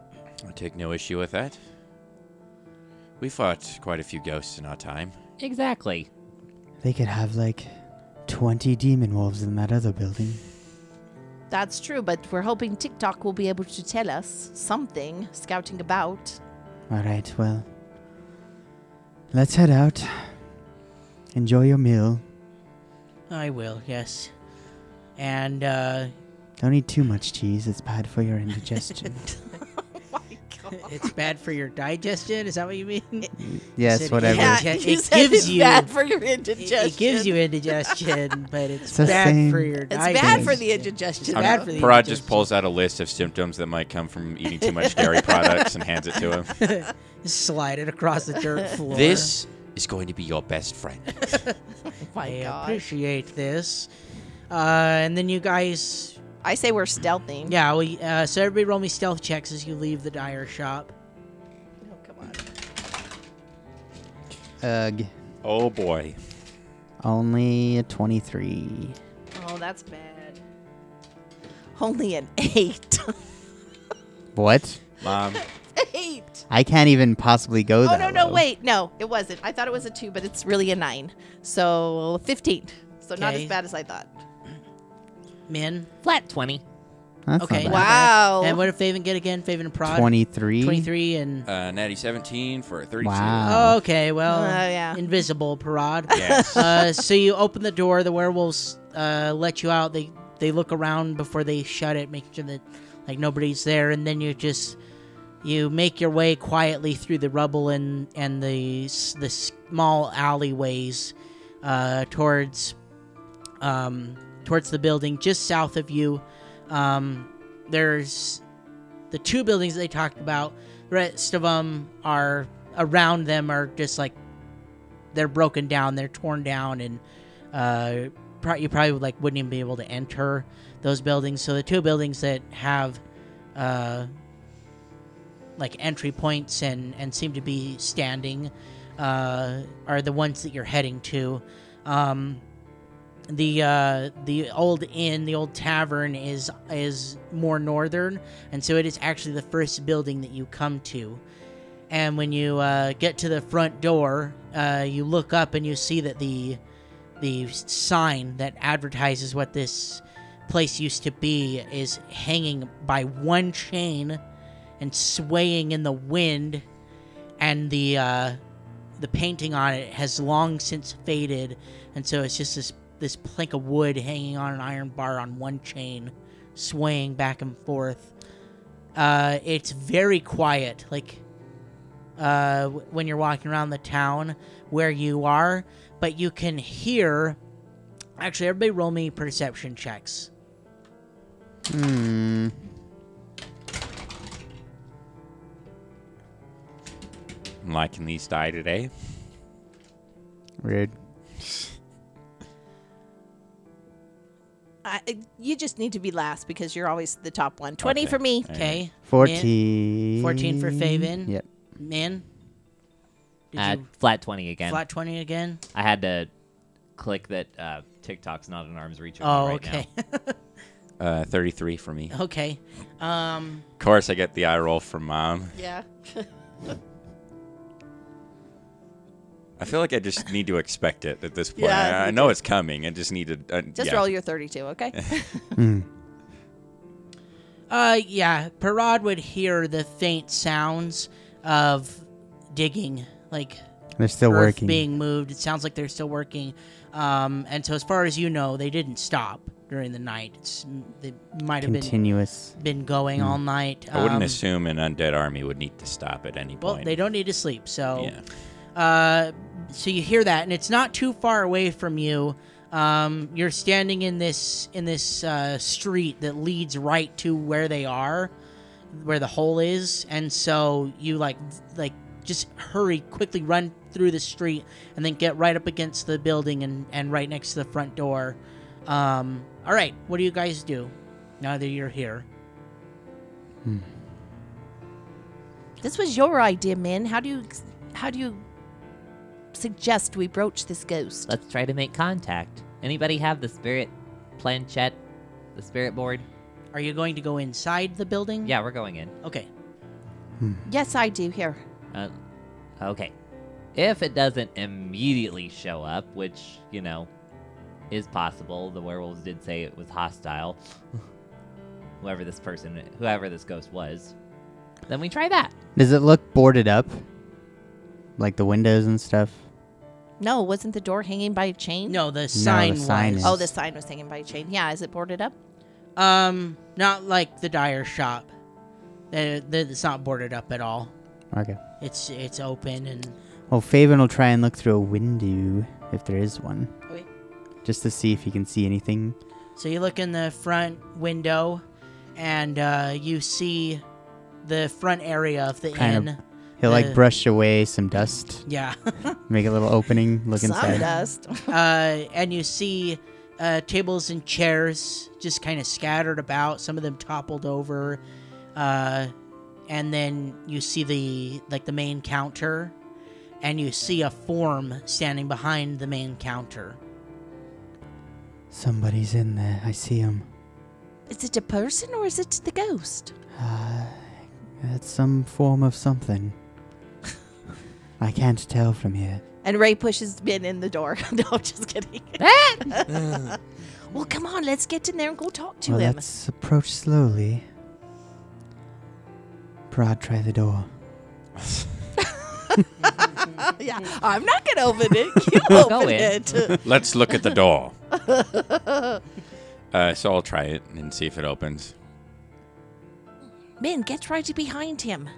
S6: I take no issue with that. We fought quite a few ghosts in our time.
S9: Exactly.
S5: They could have like 20 demon wolves in that other building.
S2: That's true, but we're hoping TikTok will be able to tell us something scouting about.
S5: Alright, well. Let's head out. Enjoy your meal.
S3: I will, yes. And uh,
S5: Don't eat too much cheese, it's bad for your indigestion.
S3: It's bad for your digestion. Is that what you mean? It,
S5: yes,
S3: Said
S5: whatever.
S3: yeah.
S2: Yeah,
S3: It
S2: you said
S3: gives
S2: it's
S3: you-
S2: bad for your
S3: it
S2: indigestion.
S3: gives you indigestion, but it's,
S5: It's the
S3: bad for
S5: same-
S3: your
S2: It's
S3: digestion.
S2: bad for the indigestion.
S3: It's bad for the
S6: Parad just
S3: indigestion.
S6: pulls out a list of symptoms that might come from eating too much dairy products and hands it to him.
S3: Slide it across the dirt floor.
S6: This is going to be your best friend.
S2: my
S3: I
S2: God.
S3: appreciate this. Uh, and then you guys,
S2: I say we're stealthy.
S3: yeah, we, uh, so everybody roll me stealth checks as you leave the dyer shop.
S2: Oh, come on.
S5: Ugh.
S6: Oh boy.
S5: Only a 23.
S2: Oh, that's bad. Only an eight.
S5: What?
S6: Mom,
S2: eight.
S5: I can't even possibly go
S2: Oh
S5: that
S2: no no
S5: low.
S2: wait no it wasn't. I thought it was a two, but it's really a nine. So fifteen. So not as
S3: Okay.
S2: bad as I thought.
S3: Min.
S9: Flat 20.
S5: That's
S3: Okay.
S5: not
S3: not
S5: bad.
S3: bad.
S2: Wow.
S3: And what did Faven get again? Faven and Prod?
S5: 23.
S3: 23 and.
S6: uh, Natty 17 for a 32.
S5: Wow.
S3: Oh, okay, well,
S2: Oh, yeah.
S3: invisible Parad.
S6: Yes.
S3: uh, so you open the door. The werewolves uh, let you out. They they look around before they shut it, making sure that like nobody's there. And then you just you make your way quietly through the rubble and and the s- the small alleyways uh, towards um, towards the building just south of you. Um, there's the two buildings they talked about. The rest of them are around them are just like they're broken down, they're torn down, and uh, pro- you probably like wouldn't even be able to enter those buildings. So the two buildings that have uh, like entry points and and seem to be standing uh, are the ones that you're heading to. Um, the uh, the old inn, the old tavern is is more northern, and so it is actually the first building that you come to. And when you uh, get to the front door, uh, you look up and you see that the the sign that advertises what this place used to be is hanging by one chain and swaying in the wind, and the uh, the painting on it has long since faded, and so it's just this this plank of wood hanging on an iron bar on one chain, swaying back and forth. Uh, it's very quiet, like uh, w- when you're walking around the town where you are, but you can hear. Actually, everybody roll me perception checks.
S5: Hmm.
S6: I'm liking these die today.
S5: Weird.
S2: I, you just need to be last because you're always the top one. Twenty
S6: Okay.
S2: for me.
S3: Okay,
S5: 14.
S3: 14 for Faven.
S5: Yep.
S3: man. Did
S9: Uh,
S3: you
S9: flat 20 again.
S3: flat twenty again?
S9: I had to click that uh, TikTok's not an arm's reach. of me
S3: Oh,
S9: right
S3: okay,
S6: Uh, 33 for me.
S3: okay. Um,
S6: Of course, I get the eye roll from mom.
S2: Yeah.
S6: I feel like I just need to expect it at this point.
S2: Yeah,
S6: I, I
S2: you
S6: know it's coming. I just need to. Uh,
S2: Just
S6: yeah.
S2: roll your thirty-two. Okay.
S5: Mm.
S3: Uh, yeah. Parad would hear the faint sounds of digging, like
S5: They're still
S3: earth
S5: working.
S3: being moved. It sounds like they're still working. Um, and so, as far as you know, they didn't stop during the night. It's, they might have been
S5: Continuous.
S3: been going all night.
S6: Hmm. I wouldn't
S3: Um,
S6: assume an undead army would need to stop at any
S3: Well,
S6: point.
S3: they don't need to sleep, so.
S6: Yeah.
S3: Uh, so you hear that, and it's not too far away from you. Um, you're standing in this in this uh, street that leads right to where they are, where the hole is, and so you like like just hurry quickly, run through the street, and then get right up against the building and and right next to the front door. Um, all right, what do you guys do now that you're here?
S2: this was your idea, Min. How do you how do you suggest we broach this ghost?
S9: Let's try to make contact. Anybody have the spirit planchette? The spirit board?
S3: Are you going to go inside the building?
S9: Yeah, we're going in.
S3: Okay.
S2: yes, I do. Here.
S9: Uh, okay. If it doesn't immediately show up, which, you know, is possible, the werewolves did say it was hostile. whoever this person, whoever this ghost was, then we try that.
S5: Does it look boarded up? Like the windows and stuff?
S2: No, wasn't the door hanging by a chain?
S3: No, the sign.
S5: sign
S3: was.
S5: is-
S2: Oh, the sign was hanging by a chain. Yeah, is it boarded up?
S3: Um, not like the dyer shop. They- they- It's not boarded up at all.
S5: Okay.
S3: It's it's open and
S5: Well, Faven will try and look through a window if there is one,
S3: Okay.
S5: just to see if he can see anything.
S3: So you look in the front window, and uh, you see the front area of the
S5: Kind of-
S3: inn.
S5: He'll
S3: Uh.
S5: like brush away some dust,
S3: Yeah,
S5: make a little opening, look
S2: Some
S5: inside.
S2: dust.
S3: uh, and you see uh, tables and chairs just kind of scattered about. Some of them toppled over, uh, and then you see the like the main counter, and you see a form standing behind the main counter.
S5: Somebody's in there. I see him.
S10: Is it a person or is it the ghost?
S5: Uh, that's some form of something. I can't tell from here.
S2: And Ray pushes Ben in the door. no, I'm just kidding.
S10: Well, come on, let's get in there and go talk to
S5: well,
S10: him.
S5: let's approach slowly. Prod, try the door.
S2: yeah, I'm not gonna open it. You open
S9: in.
S2: it.
S6: Let's look at the door. uh, so I'll try it and see if it opens.
S10: Ben, get right behind him.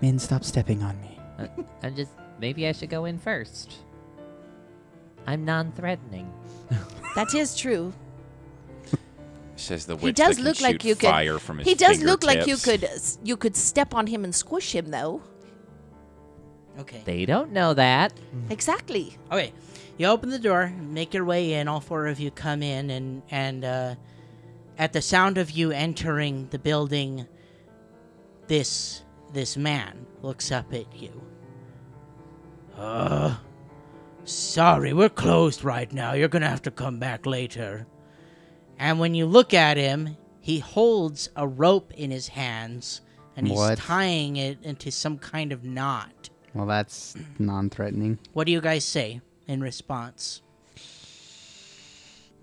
S5: Min, stop stepping on me.
S9: uh,
S4: I'm just. Maybe I should go in first. I'm non threatening.
S2: That is true.
S6: Says the witch.
S2: He does
S6: that can
S2: look like
S6: shoot
S2: you could-
S6: fire from his
S2: He does look like you
S6: fingertips.
S2: could you could step on him and squish him though.
S3: Okay.
S4: They don't know that.
S2: Exactly.
S3: Okay, you open the door, make your way in. All four of you come in, and and uh, at the sound of you entering the building, this this man looks up at you. Uh, sorry, we're closed right now. You're gonna have to come back later. And when you look at him, he holds a rope in his hands, and he's
S5: What?
S3: tying it into some kind of knot.
S5: Well, that's non threatening.
S3: What do you guys say in response?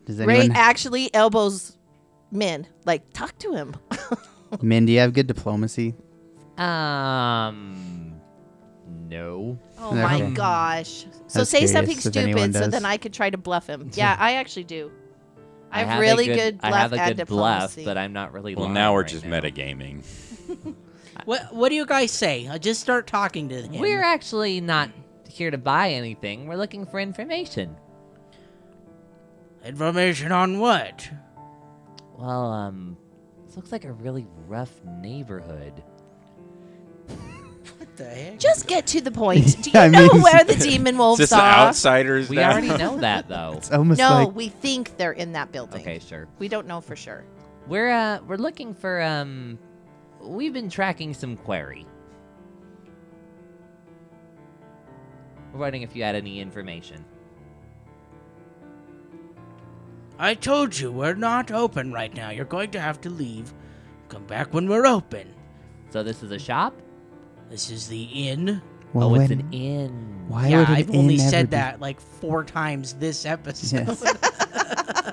S5: Does
S2: Ray
S5: anyone.
S2: actually elbows men. Like talk to him.
S5: Min, do you have good diplomacy?
S4: Um. No.
S2: Oh
S5: Okay.
S2: my gosh. So
S5: was
S2: say
S5: curious
S2: something
S5: if anyone
S2: stupid so
S5: does.
S2: then I could try to bluff him. Yeah, I actually do. I
S9: I
S2: have,
S9: a
S2: really good, bluff
S9: I have a
S2: and
S9: good bluff,
S2: diplomacy.
S9: but I'm not really.
S6: Well,
S9: lying
S6: now we're
S9: right
S6: just
S9: now.
S6: metagaming.
S3: What What do you guys say? I just start talking to him.
S4: We're actually not here to buy anything. We're looking for information.
S3: information on what?
S4: Well, um. This looks like a really rough neighborhood.
S3: What the heck?
S2: Just get to the point. Do you
S5: Yeah, I
S2: know
S5: mean-
S2: where the demon
S6: Is this
S2: wolves
S6: the
S2: are?
S6: outsiders?
S4: We
S6: now?
S4: already know that, though.
S5: It's almost
S2: No,
S5: like.
S2: we think they're in that building.
S4: Okay, sure.
S2: We don't know for sure.
S4: We're uh we're looking for um we've been tracking some query. We're wondering if you had any information.
S3: I told you we're not open right now. You're going to have to leave. Come back when we're open.
S4: So this is a shop?
S3: This is the inn.
S5: Well,
S4: oh, it's
S5: when-
S4: an inn.
S5: Why
S3: yeah,
S5: would an
S3: I've only
S5: inn ever
S3: said
S5: be-
S3: that like four times this episode.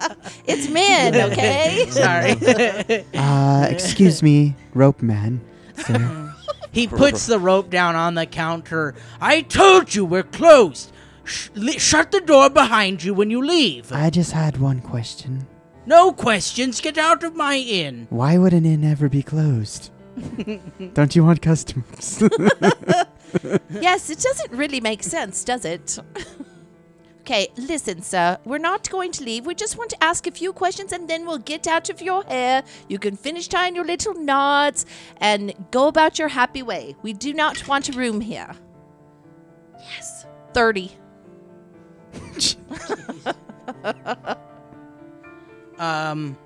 S5: Yes.
S2: It's men, okay?
S3: Sorry.
S5: Uh, excuse me, rope man. Sir.
S3: he puts the rope down on the counter. I told you we're closed. Sh- li- shut the door behind you when you leave.
S5: I just had one question.
S3: No questions. Get out of my inn.
S5: Why would an inn ever be closed? Don't you want customers?
S2: yes, it doesn't really make sense, does it? okay, listen, sir. We're not going to leave. We just want to ask a few questions and then we'll get out of your hair. You can finish tying your little knots and go about your happy way. We do not want a room here. Yes. 30.
S3: Um,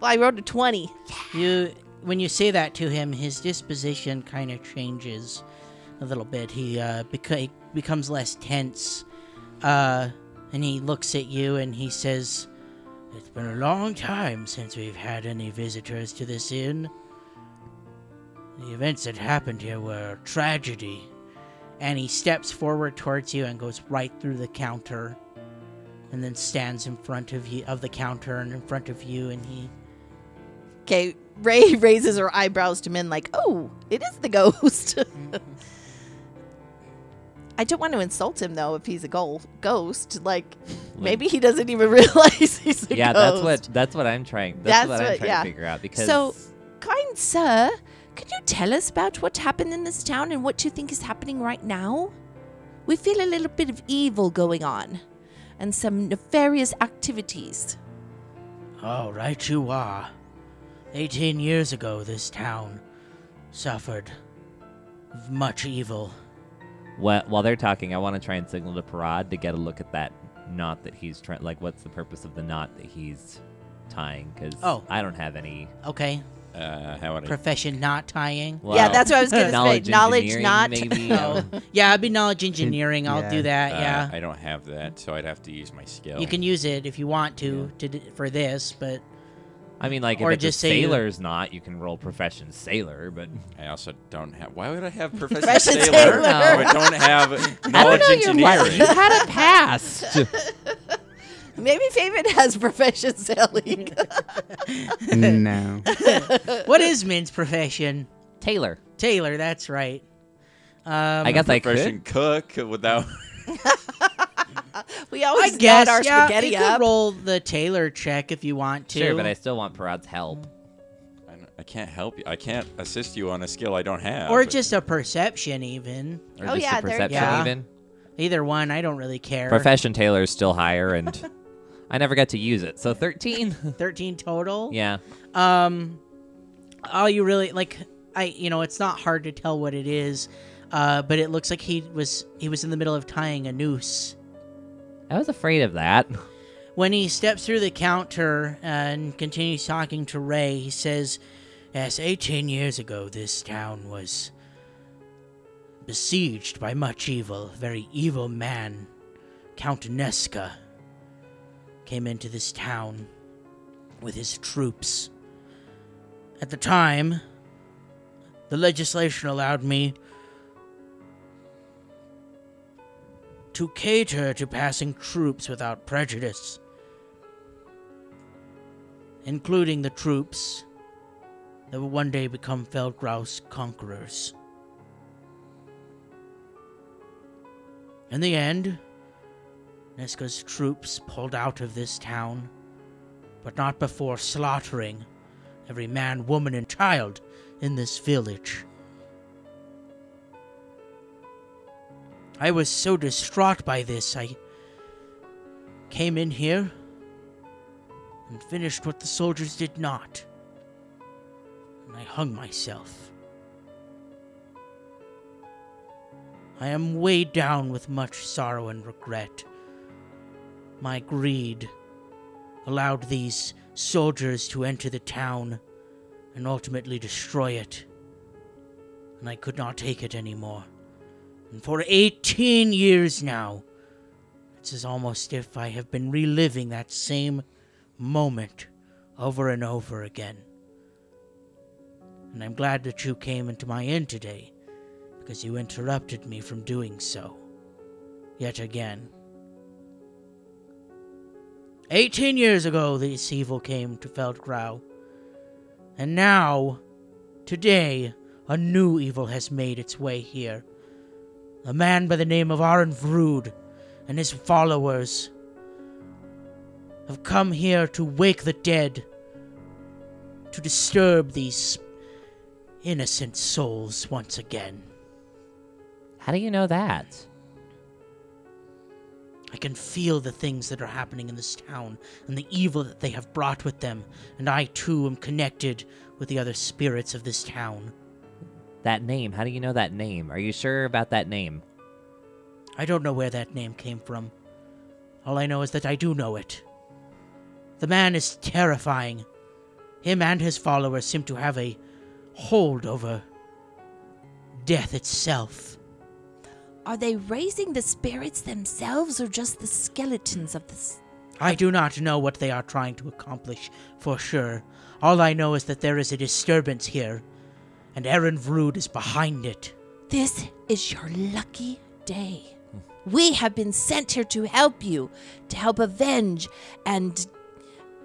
S2: Well, I wrote a 20.
S3: you when you say that to him, his disposition kind of changes a little bit. He uh, beca- he becomes less tense, uh, and he looks at you and he says, "It's been a long time since we've had any visitors to this inn. The events that happened here were a tragedy." And he steps forward towards you and goes right through the counter, and then stands in front of you of the counter and in front of you, and he
S2: Okay, Ray raises her eyebrows to men like, oh, it is the ghost. I don't want to insult him though if he's a gol- ghost. Like maybe he doesn't even realize he's a
S9: yeah,
S2: ghost.
S9: that's what that's what I'm trying. That's,
S2: That's
S9: what,
S2: what-
S9: I'm trying
S2: yeah.
S9: to figure out because
S2: So- Kind sir, could you tell us about what happened in this town and what you think is happening right now? We feel a little bit of evil going on and some nefarious activities.
S3: Oh, right you are. Eighteen years ago, this town suffered much evil.
S9: Wha while they're talking, I want to try and signal to Parad to get a look at that knot that he's trying. Like, what's the purpose of the knot that he's tying? Because
S3: Oh.
S9: I don't have any.
S3: Okay,
S6: Uh, how would I?
S3: profession not tying.
S2: yeah,
S9: Wow.
S2: that's what I was going to say.
S9: knowledge,
S2: Knowledge
S9: engineering,
S2: not.
S9: Maybe.
S3: Oh, yeah, I'd be knowledge engineering. I'll do
S11: Yeah.
S3: that.
S6: uh,
S3: yeah,
S6: I don't have that, so I'd have to use my skill.
S3: you can use it if you want to to d- for this, but
S9: I mean, like,
S3: Or
S9: if it's
S3: just
S9: a
S3: say you-
S9: sailor's knot, you can roll profession sailor, but
S6: I also don't have. Why would I have Professor
S2: Professor
S6: Sailor?
S2: Sailor.
S6: I don't have knowledge engineering.
S9: had a past.
S2: Maybe Faven has profession sailing.
S5: no.
S2: Uh,
S3: what is Min's profession?
S4: Taylor.
S3: Taylor. That's right. Um,
S9: I guess I could.
S6: Profession cook without.
S2: we
S3: I
S2: always add
S3: guess
S2: our
S3: yeah,
S2: spaghetti
S3: you
S2: up.
S3: could roll the Taylor check if you want to.
S9: Sure, but I still want Parad's help.
S6: I, don't- I can't help you. I can't assist you on a skill I don't have.
S3: or just a perception, even
S9: Or
S2: Oh,
S9: just
S2: yeah,
S9: the
S2: there-
S9: perception,
S3: yeah.
S9: even.
S3: either one. I don't really care.
S9: Profession tailor is still higher, and I never got to use it. So 13.
S3: Thirteen total.
S9: yeah.
S3: Um, all you really like, I you know, it's not hard to tell what it is, uh, but it looks like he was he was in the middle of tying a noose.
S9: I was afraid of that.
S3: When he steps through the counter uh, and continues talking to Ray, he says, Yes, 18 years ago, this town was besieged by much evil. A very evil man, Count Nesca, came into this town with his troops. At the time, the legislation allowed me to cater to passing troops without prejudice, including the troops that will one day become Feldgraus conquerors. In the end, Nesca's troops pulled out of this town, but not before slaughtering every man, woman, and child in this village. I was so distraught by this, I came in here and finished what the soldiers did not. And I hung myself. I am weighed down with much sorrow and regret. My greed allowed these soldiers to enter the town and ultimately destroy it. And I could not take it anymore. And for 18 years now, it's as almost if I have been reliving that same moment over and over again. And I'm glad that you came into my inn today, because you interrupted me from doing so. Yet again. 18 years ago, this evil came to Feldgrau. And now, today, a new evil has made its way here a man by the name of Aaron Vrood and his followers have come here to wake the dead, to disturb these innocent souls once again.
S4: How do you know that?
S3: I can feel the things that are happening in this town and the evil that they have brought with them, and I too am connected with the other spirits of this town.
S9: That name. How do you know that name? Are you sure about that name?
S3: I don't know where that name came from. All I know is that I do know it. The man is terrifying. Him and his followers seem to have a hold over death itself.
S2: Are they raising the spirits themselves or just the skeletons of the. s-
S3: I do not know what they are trying to accomplish for sure. All I know is that there is a disturbance here, and Aaron Vrood is behind it.
S2: This is your lucky day. We have been sent here to help you, to help avenge and.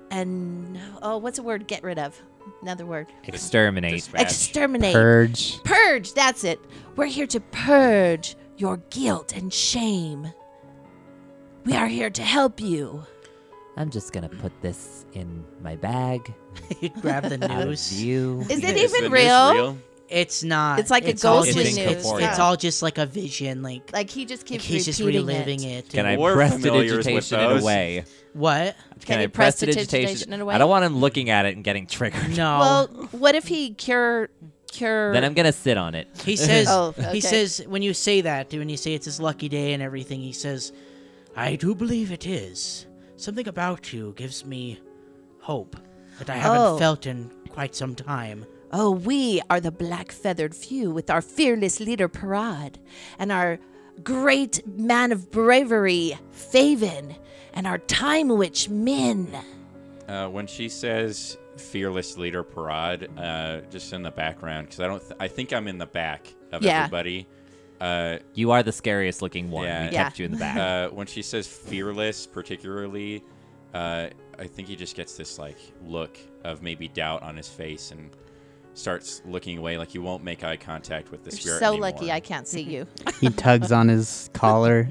S2: and. oh, what's a word? Get rid of. Another word.
S9: Exterminate.
S6: Dispatch.
S2: Exterminate.
S5: Purge.
S2: Purge, that's it. We're here to purge
S10: your guilt and shame. We are here to help you.
S4: I'm just gonna put this in my bag.
S3: You grab the
S4: Out of
S3: news.
S4: view.
S2: Is it
S6: Is the
S2: even
S6: news
S2: real?
S3: It's not.
S2: It's like a
S3: all
S2: ghostly
S3: just-
S2: news.
S3: It's,
S2: Yeah.
S3: all just like a vision. Like,
S2: Like he just keeps
S3: he's just
S2: repeating
S3: reliving
S2: it.
S3: it.
S9: Can I
S6: We're
S9: press the
S6: familiar with
S9: digitation
S6: those.
S9: in a way?
S3: What?
S2: Can you press the digitation in a way?
S9: I don't want him looking at it and getting triggered.
S3: No.
S2: Well, what if he cure cure?
S9: Then I'm gonna sit on it.
S3: He says
S2: Oh, okay.
S3: he says when you say that, when you say it's his lucky day and everything, he says, "I do believe it is. Something about you gives me hope that I haven't
S2: Oh.
S3: felt in quite some time."
S10: Oh, we are the black feathered few with our fearless leader Parad and our great man of bravery, Faven, and our time witch Min.
S6: Uh, when she says "fearless leader Parad," uh, just in the background because I don't. Th- I think I'm in the back of
S2: Yeah.
S6: everybody. Uh,
S9: You are the scariest looking one.
S6: Yeah.
S9: We
S2: Yeah.
S9: kept you in the back.
S6: uh, when she says "fearless," particularly, uh, I think he just gets this like look of maybe doubt on his face and starts looking away, like you won't make eye contact with the
S2: You're
S6: spirit.
S2: so
S6: anymore.
S2: lucky I can't see you.
S5: He tugs on his collar.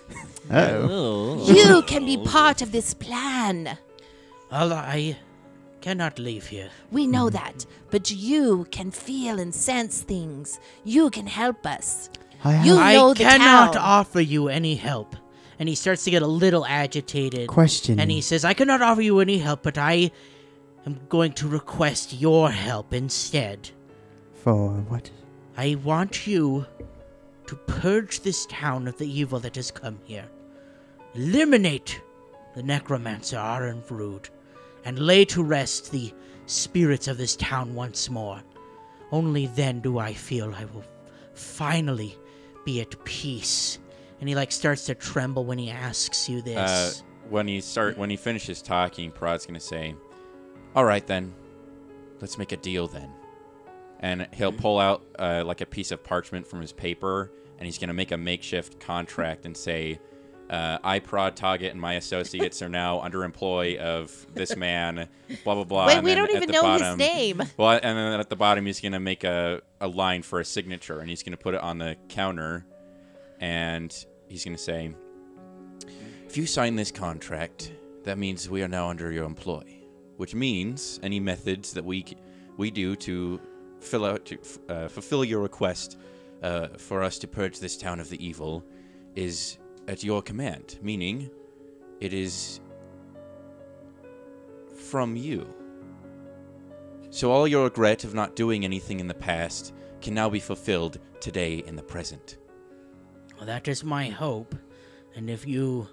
S5: Uh-oh.
S9: Ooh.
S10: You can be part of this plan.
S3: Well, I cannot leave here.
S10: We know that, but you can feel and sense things. You can help us.
S5: I have
S10: You
S5: a
S3: I
S10: know the
S3: cannot
S10: town.
S3: offer you any help. And he starts to get a little agitated.
S5: question.
S3: And he says, I cannot offer you any help, but I am going to request your help instead.
S5: for what?
S3: I want you to purge this town of the evil that has come here. Eliminate the necromancer Aaron Vrood, and lay to rest the spirits of this town once more. Only then do I feel I will finally be at peace. And he like starts to tremble when he asks you
S6: Uh,
S3: this.
S6: when he start when he finishes talking, Prod's gonna say, "All right then, let's make a deal then." And he'll
S2: Mm-hmm.
S6: pull out uh, like a piece of parchment from his paper, and he's gonna make a makeshift contract and say, uh, "I, Prod Target, and my associates are now under employ of this man." Blah blah blah.
S2: Wait,
S6: and
S2: we
S6: then
S2: don't
S6: at
S2: even
S6: the
S2: know his
S6: bottom-
S2: name.
S6: Well, and then at the bottom, he's gonna make a, a line for a signature, and he's gonna put it on the counter, and he's gonna say, "If you sign this contract, that means we are now under your employ, which means any methods that we c- we do to fill out to f- uh, fulfill your request uh, for us to purge this town of the evil is at your command. Meaning, it is from you." So all your regret of not doing anything in the past can now be fulfilled today in the present.
S3: Well, that is my hope. And if you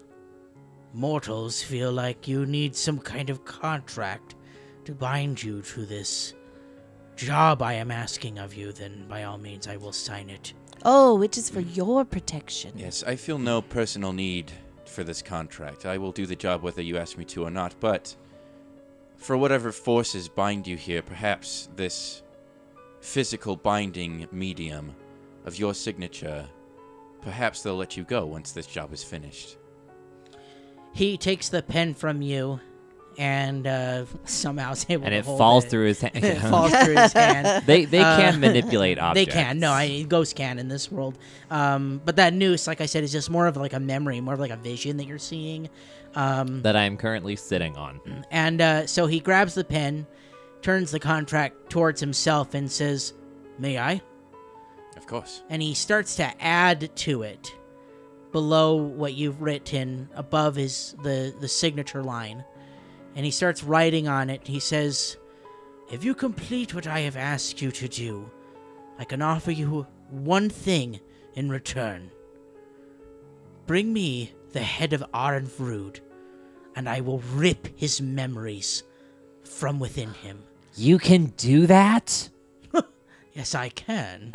S3: mortals feel like you need some kind of contract to bind you to this job I am asking of you, then by all means I will sign it.
S10: Oh, it is for your protection.
S6: Yes, I feel no personal need for this contract. I will do the job whether you ask me to or not, but for whatever forces bind you here, perhaps this physical binding medium of your signature, perhaps they'll let you go once this job is finished.
S3: He takes the pen from you and uh, somehow is able
S9: and
S3: to
S9: it
S3: hold
S9: falls
S3: it.
S9: through his
S3: it
S9: hand.
S3: falls through his hand.
S9: they they
S3: Uh,
S9: can manipulate objects.
S3: They can. No, I, ghosts can in this world. Um, but that noose, like I said, is just more of like a memory, more of like a vision that you're seeing. Um,
S9: that I am currently sitting on.
S3: And uh, so he grabs the pen, turns the contract towards himself, and says, May I?
S6: Of course.
S3: And he starts to add to it below what you've written above his the, the signature line. And he starts writing on it. He says, If you complete what I have asked you to do, I can offer you one thing in return. Bring me the head of Arenvrud, and I will rip his memories from within him.
S4: You can do that?
S3: Yes, I can.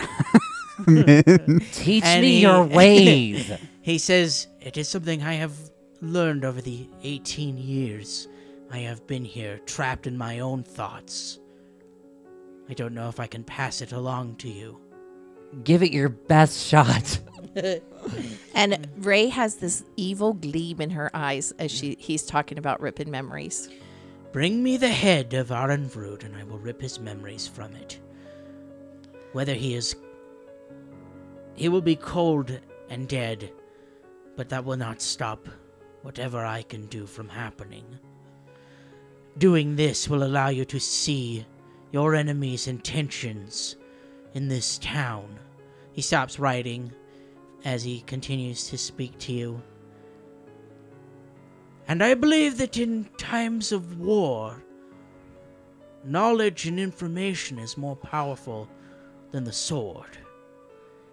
S4: Teach
S3: And
S4: me
S3: he-
S4: your ways.
S3: He says, It is something I have learned over the 18 years I have been here, trapped in my own thoughts. I don't know if I can pass it along to you.
S4: Give it your best shot.
S2: And
S10: Mm.
S2: Ray has this evil gleam in her eyes as she he's talking about ripping memories.
S3: Bring me the head of Arenvrud, and I will rip his memories from it. Whether he is. He will be cold and dead, but that will not stop whatever I can do from happening. Doing this will allow you to see your enemy's intentions in this town. He stops writing as he continues to speak to you. And I believe that in times of war, knowledge and information is more powerful than the sword.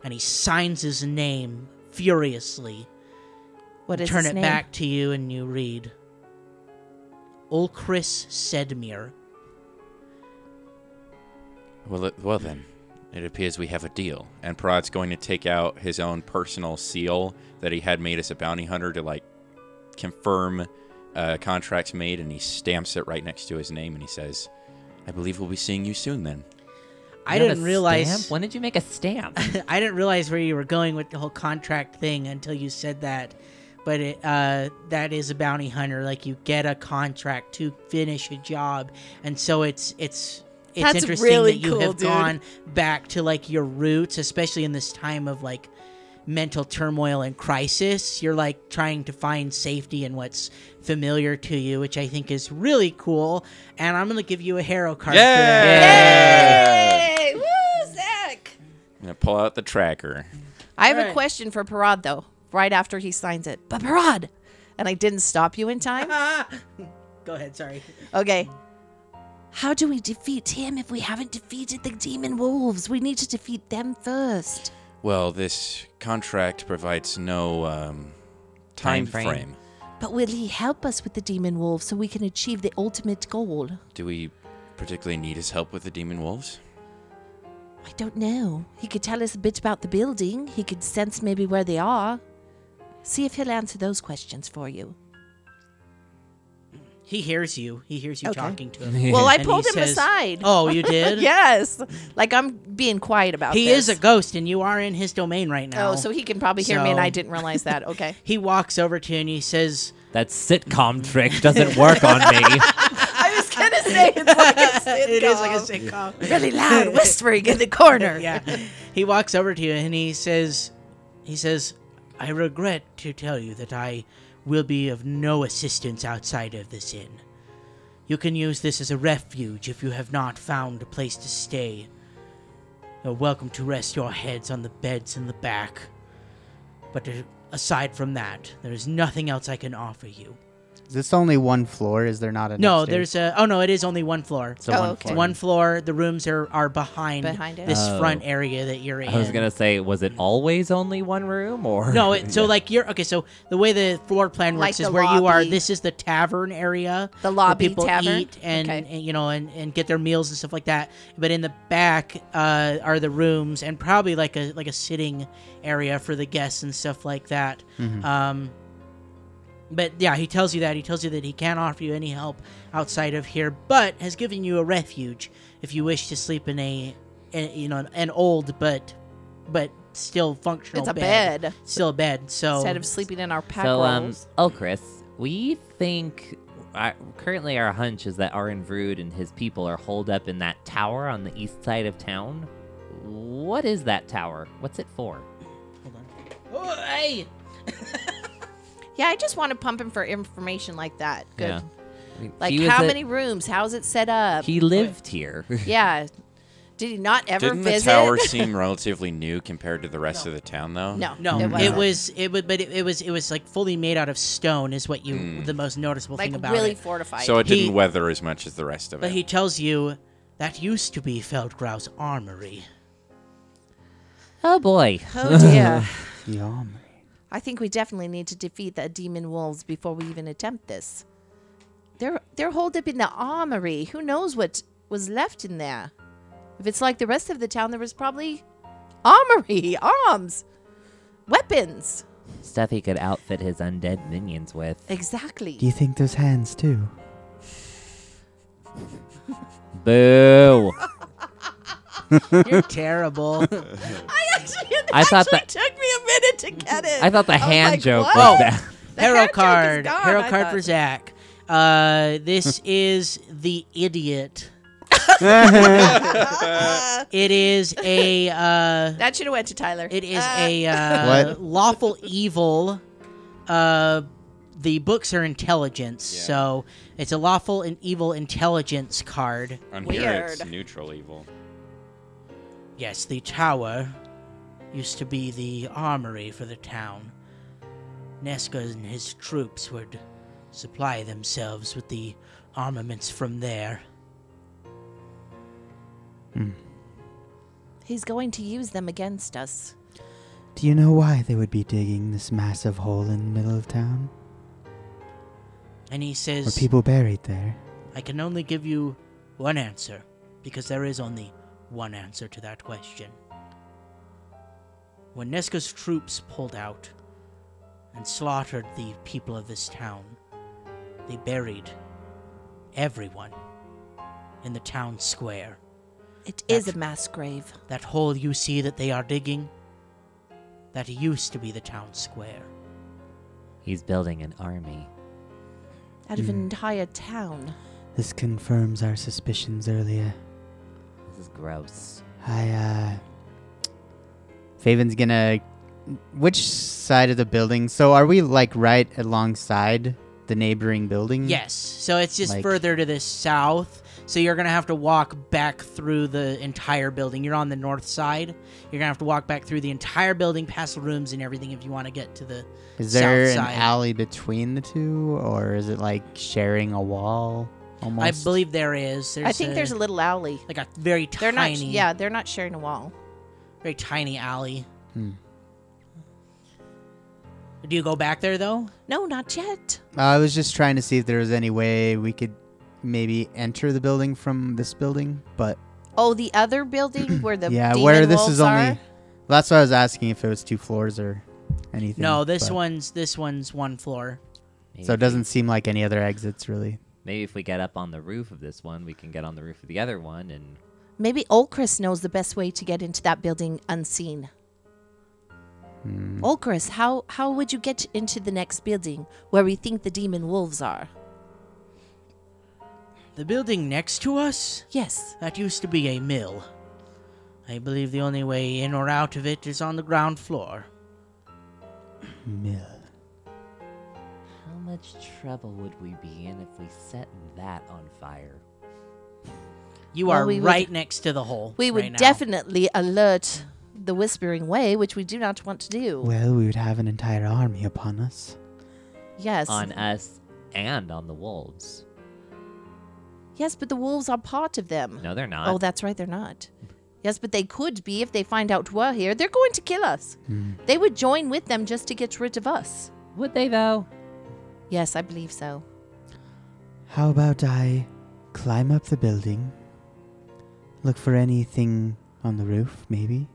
S3: And he signs his name furiously.
S10: What
S3: You
S10: is
S3: turn
S10: his
S3: it
S10: name?
S3: back to you and you read Ulchris Sedmir.
S6: Well, it, well then, it appears we have a deal. And Prod's going to take out his own personal seal that he had made as a bounty hunter to like confirm uh, contracts made, and he stamps it right next to his name, and he says, "I believe we'll be seeing you soon." Then
S3: I
S4: You have a
S3: didn't realize
S4: Stamp? When did you make a stamp?
S3: I didn't realize where you were going with the whole contract thing until you said that. But it, uh, that is a bounty hunter. Like you get a contract to finish a job, and so it's it's it's
S2: That's
S3: interesting
S2: really
S3: that you
S2: cool,
S3: have
S2: dude.
S3: gone back to like your roots, especially in this time of like mental turmoil and crisis. You're like trying to find safety in what's familiar to you, which I think is really cool. And I'm gonna give you a hero card. for that.
S2: Hey! Woo, Zach!
S6: I'm gonna pull out the tracker.
S2: I have a
S3: Alright.
S2: question for Parad though, right after he signs it. But Parad, and I didn't stop you in time.
S3: Uh-huh. Go ahead. Sorry.
S2: Okay. How do we defeat him if we haven't defeated the demon wolves? We need to defeat them first.
S6: Well, this contract provides no um,
S4: Time
S6: time,
S4: frame.
S6: frame.
S2: But will he help us with the demon wolves so we can achieve the ultimate goal?
S6: Do we particularly need his help with the demon wolves?
S2: I don't know. He could tell us a bit about the building. He could sense maybe where they are. See if he'll answer those questions for you.
S3: He hears you. He hears you
S2: Okay.
S3: talking to him.
S2: Well, I
S3: And he
S2: pulled him
S3: says-
S2: aside.
S3: Oh, you did?
S2: yes. Like I'm being quiet about
S3: He
S2: this.
S3: is a ghost, and you are in his domain right now.
S2: Oh, so he can probably hear me, and
S3: So-
S2: I didn't realize that. Okay.
S3: he walks over to you and he says,
S9: That sitcom trick doesn't work on me.
S2: I was gonna say it's like a sitcom.
S3: "It is like a sitcom."
S2: really loud whispering in the corner.
S3: yeah. He walks over to you and he says, "He says, I regret to tell you that I will be of no assistance outside of this inn. You can use this as a refuge if you have not found a place to stay. You're welcome to rest your heads on the beds in the back. But uh, aside from that, there is nothing else I can offer you."
S5: Is this only one floor? Is there not an
S3: No,
S5: upstairs?
S3: there's a. Oh no, it is only one floor.
S5: It's a
S2: Oh,
S5: one
S2: okay.
S5: floor.
S3: One floor. The rooms are are behind,
S2: Behind it.
S3: this
S9: Oh.
S3: front area that you're in.
S9: I was gonna say, was it always only one room, or
S3: No, it, so like you're okay. So the way the floor plan
S2: Like
S3: works is
S2: the
S3: where you are.
S2: lobby.
S3: This is the tavern area.
S2: The
S3: where
S2: lobby
S3: people
S2: tavern.
S3: eat and,
S2: okay.
S3: and, you know and, and get their meals and stuff like that. But in the back uh, are the rooms and probably like a like a sitting area for the guests and stuff like that. Um, but yeah, he tells you that he tells you that he can't offer you any help outside of here, but has given you a refuge if you wish to sleep in a, a you know an old but but still functional
S2: It's a
S3: bed.
S2: bed,
S3: Still a bed. So
S2: instead of sleeping in our pack
S4: so, um,
S2: rolls.
S4: oh, Chris, we think I currently our hunch is that Arenvrud and his people are holed up in that tower on the east side of town. What is that tower? What's it for?
S3: Hold on. Oh, hey!
S2: Yeah, I just want to pump him for information like that. Good.
S4: Yeah. I mean,
S2: Like
S4: he was
S2: how
S4: a-
S2: many rooms? How's it set up?
S4: He lived here.
S2: yeah. Did he not ever
S6: Didn't
S2: visit?
S6: the tower seem relatively new compared to the rest of the town, though?
S2: no,
S3: No,
S2: it,
S3: it,
S2: wasn't.
S3: was it was but it, it was it was like fully made out of stone is what you the most noticeable
S2: like
S3: thing about
S2: really
S3: it.
S2: fortified.
S6: So it
S3: He-
S6: didn't weather as much as the rest of
S3: But
S6: it.
S3: he tells you that used to be Feldgrau's armory.
S4: oh boy.
S2: oh dear.
S5: Yum.
S2: I think we definitely need to defeat the demon wolves before we even attempt this. They're they're holed up in the armory. Who knows what was left in there? If it's like the rest of the town, there was probably armory, arms, weapons.
S4: Stuff he could outfit his undead minions with.
S2: Exactly.
S5: Do you think there's hands too?
S9: boo?
S3: You're terrible.
S2: I actually, it
S4: I thought
S2: actually took me a minute to get it.
S9: I thought the
S2: was
S9: hand
S2: like,
S9: joke
S2: what?
S4: Oh,
S9: was that.
S2: The
S3: Hero
S2: hand joke is
S3: card.
S2: gone,
S3: Hero
S2: I
S3: card
S2: thought.
S3: for Zach. Uh, this is the idiot It is a uh,
S12: That should have went to Tyler.
S3: It is
S12: Uh,
S3: a uh,
S13: What?
S3: lawful evil. Uh, the books are intelligence,
S6: Yeah.
S3: so it's a lawful and evil intelligence card.
S6: On here, it's
S12: Weird.
S6: neutral evil.
S3: Yes, the tower used to be the armory for the town. Nesca and his troops would supply themselves with the armaments from there.
S2: He's going to use them against us.
S5: Do you know why they would be digging this massive hole in the middle of town?
S3: And he
S5: Were
S3: says,
S5: people buried there?
S3: I can only give you one answer, because there is only one answer to that question. When Nesca's troops pulled out and slaughtered the people of this town, they buried everyone in the town square.
S2: It is a mass grave.
S3: That hole you see that they are digging, that used to be the town square.
S4: He's building an army.
S2: Out of an entire town.
S5: This confirms our suspicions earlier.
S4: This is gross.
S5: I, uh. Faven's gonna. Which side of the building? So are we, like, right alongside the neighboring building?
S3: Yes, so it's just
S5: Mm. Like-
S3: further to the south. So you're gonna have to walk back through the entire building. You're on the north side. You're gonna have to walk back through the entire building, past the rooms and everything, if you want to get to the.
S5: Is there
S3: South
S5: an
S3: side.
S5: alley between the two, or is it, like, sharing a wall? Almost?
S3: I believe there is. There's
S12: I think there's a little alley.
S3: like a very tiny,
S12: They're not. Yeah, they're not sharing a wall.
S3: very tiny alley.
S5: Hmm.
S3: Do you go back there though?
S2: No, not yet.
S5: I was just trying to see if there was any way we could maybe enter the building from this building, but
S2: Oh, the other building where the
S5: yeah,
S2: demon
S5: where this is
S2: wolves are?
S5: only. That's what I was asking if it was two floors or anything.
S3: No, this
S5: but-
S3: one's this one's one floor.
S4: Maybe
S5: So it
S4: if we-
S5: doesn't seem like any other exits really.
S4: Maybe if we get up on the roof of this one, we can get on the roof of the other one. And
S2: Maybe Olchris knows the best way to get into that building unseen.
S5: Hmm.
S2: Mm. how how would you get into the next building where we think the demon wolves are?
S3: The building next to us
S2: Yes.
S3: that used to be a mill. I believe the only way in or out of it is on the ground floor.
S5: Mill.
S4: how much trouble would we be in if we set that on fire?
S3: You
S2: Well,
S3: are
S2: we would-
S3: right next to the hole.
S2: We would
S3: right now.
S2: definitely alert the whispering way, which we do not want to do.
S5: Well, we would have an entire army upon us.
S2: yes.
S4: On us and on the wolves.
S2: Yes, but the wolves are part of them.
S4: No, they're not.
S2: Oh, that's right, they're not. Yes, but they could be if they find out we're here. They're going to kill us.
S5: Mm.
S2: They would join with them just to get rid of us.
S4: Would they, though?
S2: Yes, I believe so.
S5: How about I climb up the building, look for anything on the roof, maybe?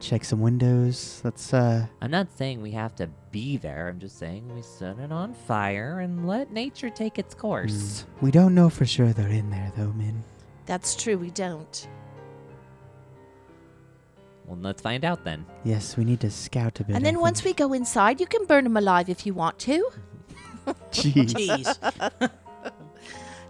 S5: Check some windows. Let's uh
S4: I'm not saying we have to be there. I'm just saying we set it on fire and let nature take its course.
S5: hmm. we don't know for sure they're in there though, Min.
S2: That's true, we don't.
S4: Well, let's find out then.
S5: Yes, we need to scout a bit.
S2: And then once we go inside, you can burn them alive if you want to.
S5: Jeez.
S3: Jeez.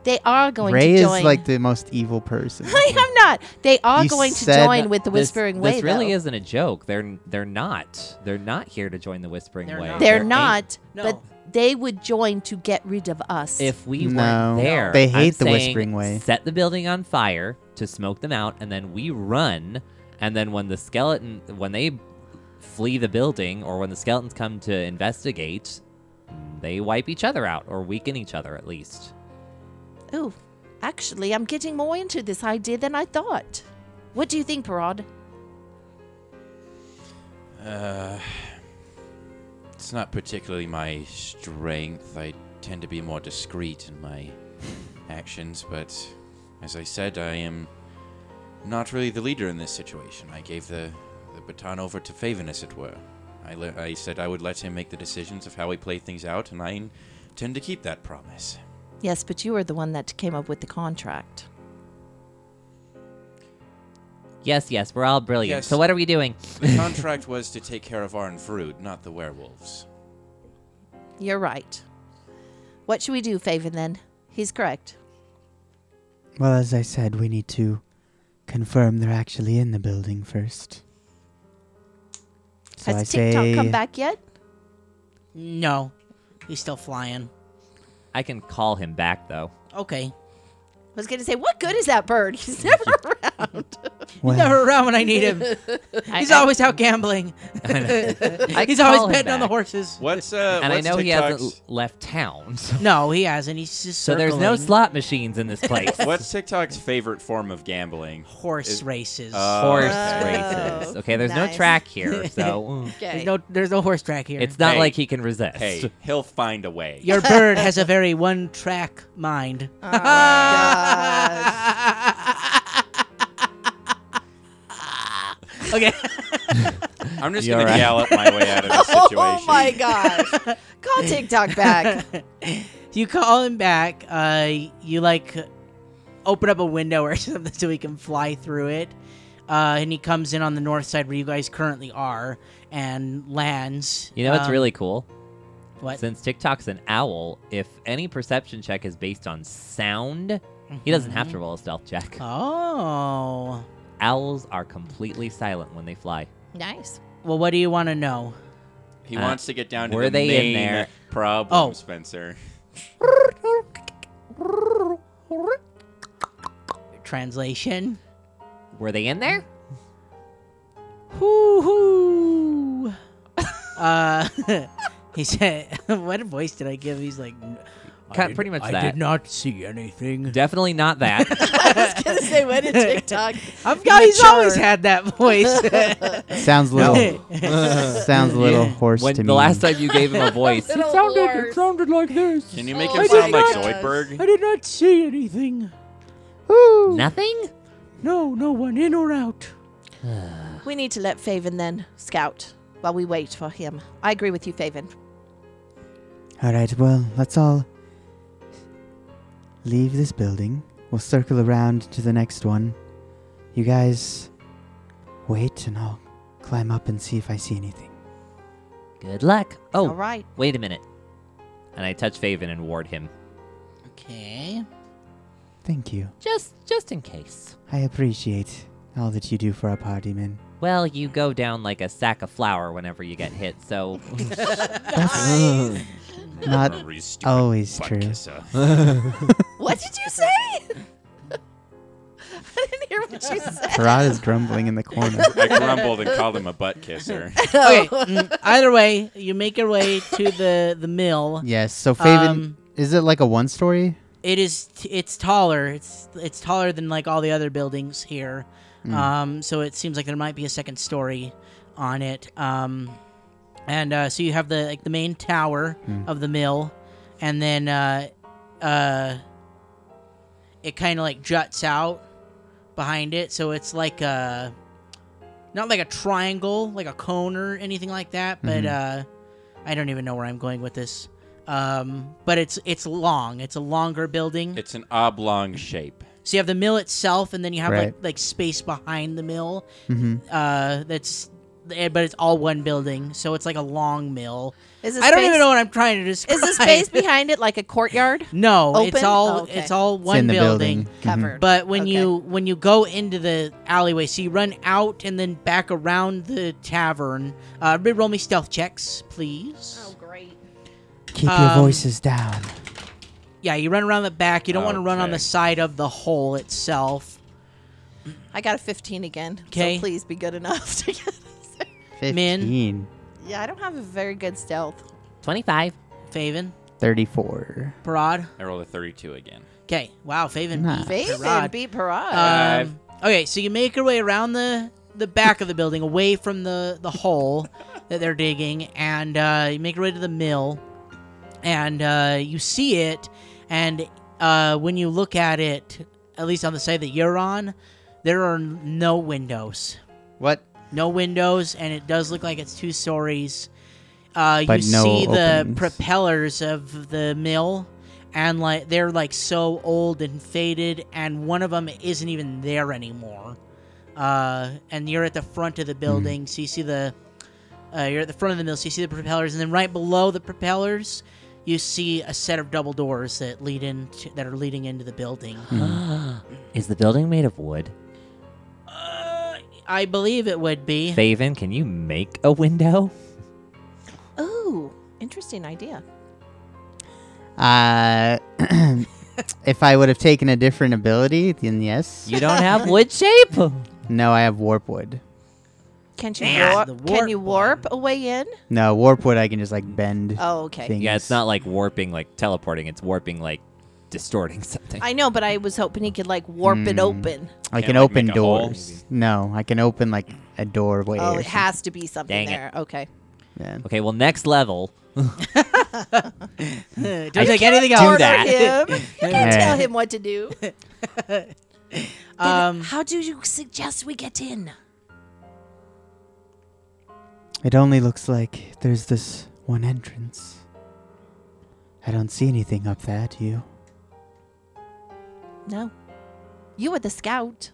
S2: They are going
S5: Ray
S2: to
S5: is
S2: join.
S5: like the most evil person.
S2: I am not. They are
S5: You
S2: going to
S5: said
S2: join with the
S4: This-
S2: Whispering
S4: this,
S2: Way.
S4: really
S2: though.
S4: isn't a joke. They're they're not. They're not here to join the Whispering
S3: They're
S4: Way.
S3: not.
S2: They're
S4: ain't-
S2: not,
S3: No.
S2: but they would join to get rid of us.
S4: If we
S5: No.
S4: weren't there,
S5: They
S4: I'm
S5: hate the
S4: saying
S5: Whispering Way.
S4: Set the building on fire to smoke them out, and then we run. And then when the skeleton, when they flee the building, or when the skeletons come to investigate, they wipe each other out or weaken each other at least.
S2: Oh, actually, I'm getting more into this idea than I thought. What do you think, Parod?
S6: Uh, it's not particularly my strength. I tend to be more discreet in my actions, but as I said, I am not really the leader in this situation. I gave the, the baton over to Faven, as it were. I, le- I said I would let him make the decisions of how we play things out, and I intend to keep that promise.
S2: Yes, but you were the one that came up with the contract.
S4: Yes, yes, we're all brilliant.
S6: Yes.
S4: So what are we doing?
S6: The contract was to take care of Arnfrood, not the werewolves.
S2: You're right. What should we do, Faven, then? He's correct.
S5: Well, as I said, we need to confirm they're actually in the building first. So I
S2: Has TikTok
S5: say,
S2: come back yet?
S3: No, he's still flying.
S4: I can call him back though.
S3: Okay,
S2: I was gonna say, what good is that bird? He's never around.
S5: well,
S3: never around when I need him.
S4: I-
S3: He's
S4: I-
S3: always out gambling.
S4: I
S3: he's
S4: call him
S3: always betting on the
S4: back.
S3: horses.
S6: What's uh?
S4: and I
S6: what's
S4: know he hasn't
S6: TikTok's-
S4: l- left town. So,
S3: No, he hasn't. He's just
S4: so there's no
S3: circling
S4: slot machines in this place.
S6: What's TikTok's favorite form of gambling?
S3: horse
S6: Is-
S3: races.
S6: Uh,
S4: Horse
S2: Oh,
S4: races. Okay, there's
S2: nice.
S4: no track here, so mm.
S2: Okay.
S3: there's no, there's no horse track here.
S4: it's not
S6: Hey.
S4: like he can resist.
S6: Hey, he'll find a way.
S3: Your bird has a very one-track mind. okay.
S6: I'm just
S4: You
S6: gonna
S4: alright?
S6: gallop my way out of this situation.
S2: Oh my gosh! Call TikTok back.
S3: you call him back. Uh, you like open up a window or something so he can fly through it. Uh, and he comes in on the north side where you guys currently are and lands.
S4: You know what's
S3: Um,
S4: really cool?
S3: what?
S4: Since TikTok's an owl, if any perception check is based on sound, he doesn't have to roll a stealth
S3: Uh.
S4: check.
S3: Oh.
S4: Owls are completely silent when they fly.
S2: nice.
S3: Well, what do you want to know?
S6: He
S4: Uh,
S6: wants to get down to
S4: were
S6: the
S4: they in
S6: main
S4: there?
S6: problem,
S3: Oh.
S6: Spencer.
S3: Translation.
S4: Were they in there?
S3: Hoo hoo. uh, he said, "What voice did I give?" He's like, "N- I
S4: Ca-
S3: did-
S4: pretty much
S3: I
S4: that.
S3: did not see anything.
S4: Definitely not that.
S2: I was gonna say, when did TikTok?
S3: I've got. He's
S2: Mature.
S3: always had that voice.
S5: sounds little sounds a little hoarse
S4: when
S5: to
S4: the
S5: me.
S4: last time you gave him a voice,
S2: Little horse.
S4: sounded like this.
S6: Can you make
S2: Oh
S6: him
S2: my
S6: sound like
S2: gosh.
S3: I
S6: Zoidberg?
S3: did not see anything.
S4: Nothing?
S3: No, no one in or out.
S2: We need to let Faven then scout while we wait for him. I agree with you, Faven.
S5: All right, well, let's all leave this building. We'll circle around to the next one. You guys wait, and I'll climb up and see if I see anything.
S4: Good luck.
S2: All
S4: Oh,
S2: right.
S4: wait a minute. And I touch Faven and ward him.
S3: Okay.
S5: Thank you.
S4: Just just in case.
S5: I appreciate all that you do for our party, man.
S4: Well, you go down like a sack of flour whenever you get hit, so
S5: That's not
S6: Memories, stupid
S5: always
S6: butt
S5: true.
S6: kisser.
S2: What did you say? I didn't hear what you said.
S5: Parad is grumbling in the corner.
S6: I grumbled and called him a butt kisser.
S3: Okay. mm, Either way, you make your way to the the mill.
S5: Yes, so Faven,
S3: Um,
S5: is it like a one story?
S3: It is. T- it's taller. It's it's taller than like all the other buildings here. Um, so it seems like there might be a second story on it. Um, and uh, so you have the like the main tower of the mill, and then uh, uh, it kind of like juts out behind it. So it's like a not like a triangle, like a cone or anything like that. But uh, I don't even know where I'm going with this. Um, but it's it's long. It's a longer building.
S6: It's an oblong shape.
S3: So you have the mill itself, and then you have like
S5: Right. Mm-hmm.
S3: like space behind the mill. Uh, that's eh, but it's all one building, so it's like a long mill.
S2: Is this
S3: I don't
S2: space-
S3: even know what I'm trying to describe.
S2: Is the space behind it like a courtyard?
S3: No, it's
S2: open?
S3: all
S2: Oh, okay.
S3: it's all
S5: it's in
S3: one
S5: the
S3: building.
S5: building.
S2: Covered.
S3: Mhm. But when
S2: Okay.
S3: you when you go into the alleyway, so you run out and then back around the tavern. Uh, everybody roll me stealth checks, please.
S2: Oh, great.
S5: Keep
S3: Um,
S5: your voices down.
S3: Yeah, you run around the back. You don't want to run on
S6: Okay.
S3: the side of the hole itself.
S2: I got a 15 again.
S3: Okay.
S2: So please be good enough to get us.
S3: Min?
S5: 15,
S2: Yeah, I don't have a very good stealth.
S4: 25.
S3: Faven,
S5: 34.
S3: Parad.
S6: I rolled a 32 again.
S3: Okay, wow, Faven.
S5: Nice.
S3: beat
S2: Faven
S3: Uh, Parad.
S2: beat Parad.
S3: Um, okay, so you make your way around the the back of the building, away from the the hole that they're digging, and uh, you make your way to the mill, and uh, you see it, and uh, when you look at it, at least on the side that you're on, there are no windows,
S5: What?
S3: no windows, and it does look like it's two stories. Uh,
S5: But
S3: you
S5: no
S3: see the
S5: openings.
S3: propellers of the mill, and like they're like so old and faded, and one of them isn't even there anymore. Uh, and you're at the front of
S5: Hmm.
S3: the building, so you see the uh, you're at the front of the mill, so you see the propellers, and then right below the propellers, you see a set of double doors that lead in that are leading into the building.
S5: Hmm.
S4: Is the building made of wood?
S3: Uh, I believe it would be.
S4: Faven, can you make a window?
S3: Uh,
S2: Ooh, interesting idea.
S5: Uh, if I would have taken a different ability, then yes.
S4: You don't have wood shape.
S5: No, I have warp wood.
S2: Can you
S3: Man,
S2: warp,
S3: the
S2: can you
S3: warp
S2: warp a way in?
S5: No, warp wood. I can just like bend.
S2: Oh, okay.
S5: things.
S4: Yeah, it's not like warping, like teleporting. It's warping, like distorting something.
S2: I know, but I was hoping he could like warp it
S5: Hmm.
S2: open.
S5: I
S6: Can't,
S5: can
S6: like,
S5: open
S6: make a hole?
S5: doors. No, I can open like a doorway.
S2: Oh,
S5: or
S2: it has to be something
S4: Dang it.
S2: there. Okay.
S5: something.
S4: okay, well, next level.
S3: Don't take anything
S4: Do
S3: else.
S4: that.
S2: Order him. You can't
S5: Yeah.
S2: tell him what to do.
S3: Um,
S2: How do you suggest we get in?
S5: It only looks like there's this one entrance. I don't see anything up there. Do you?
S2: No. You were the scout.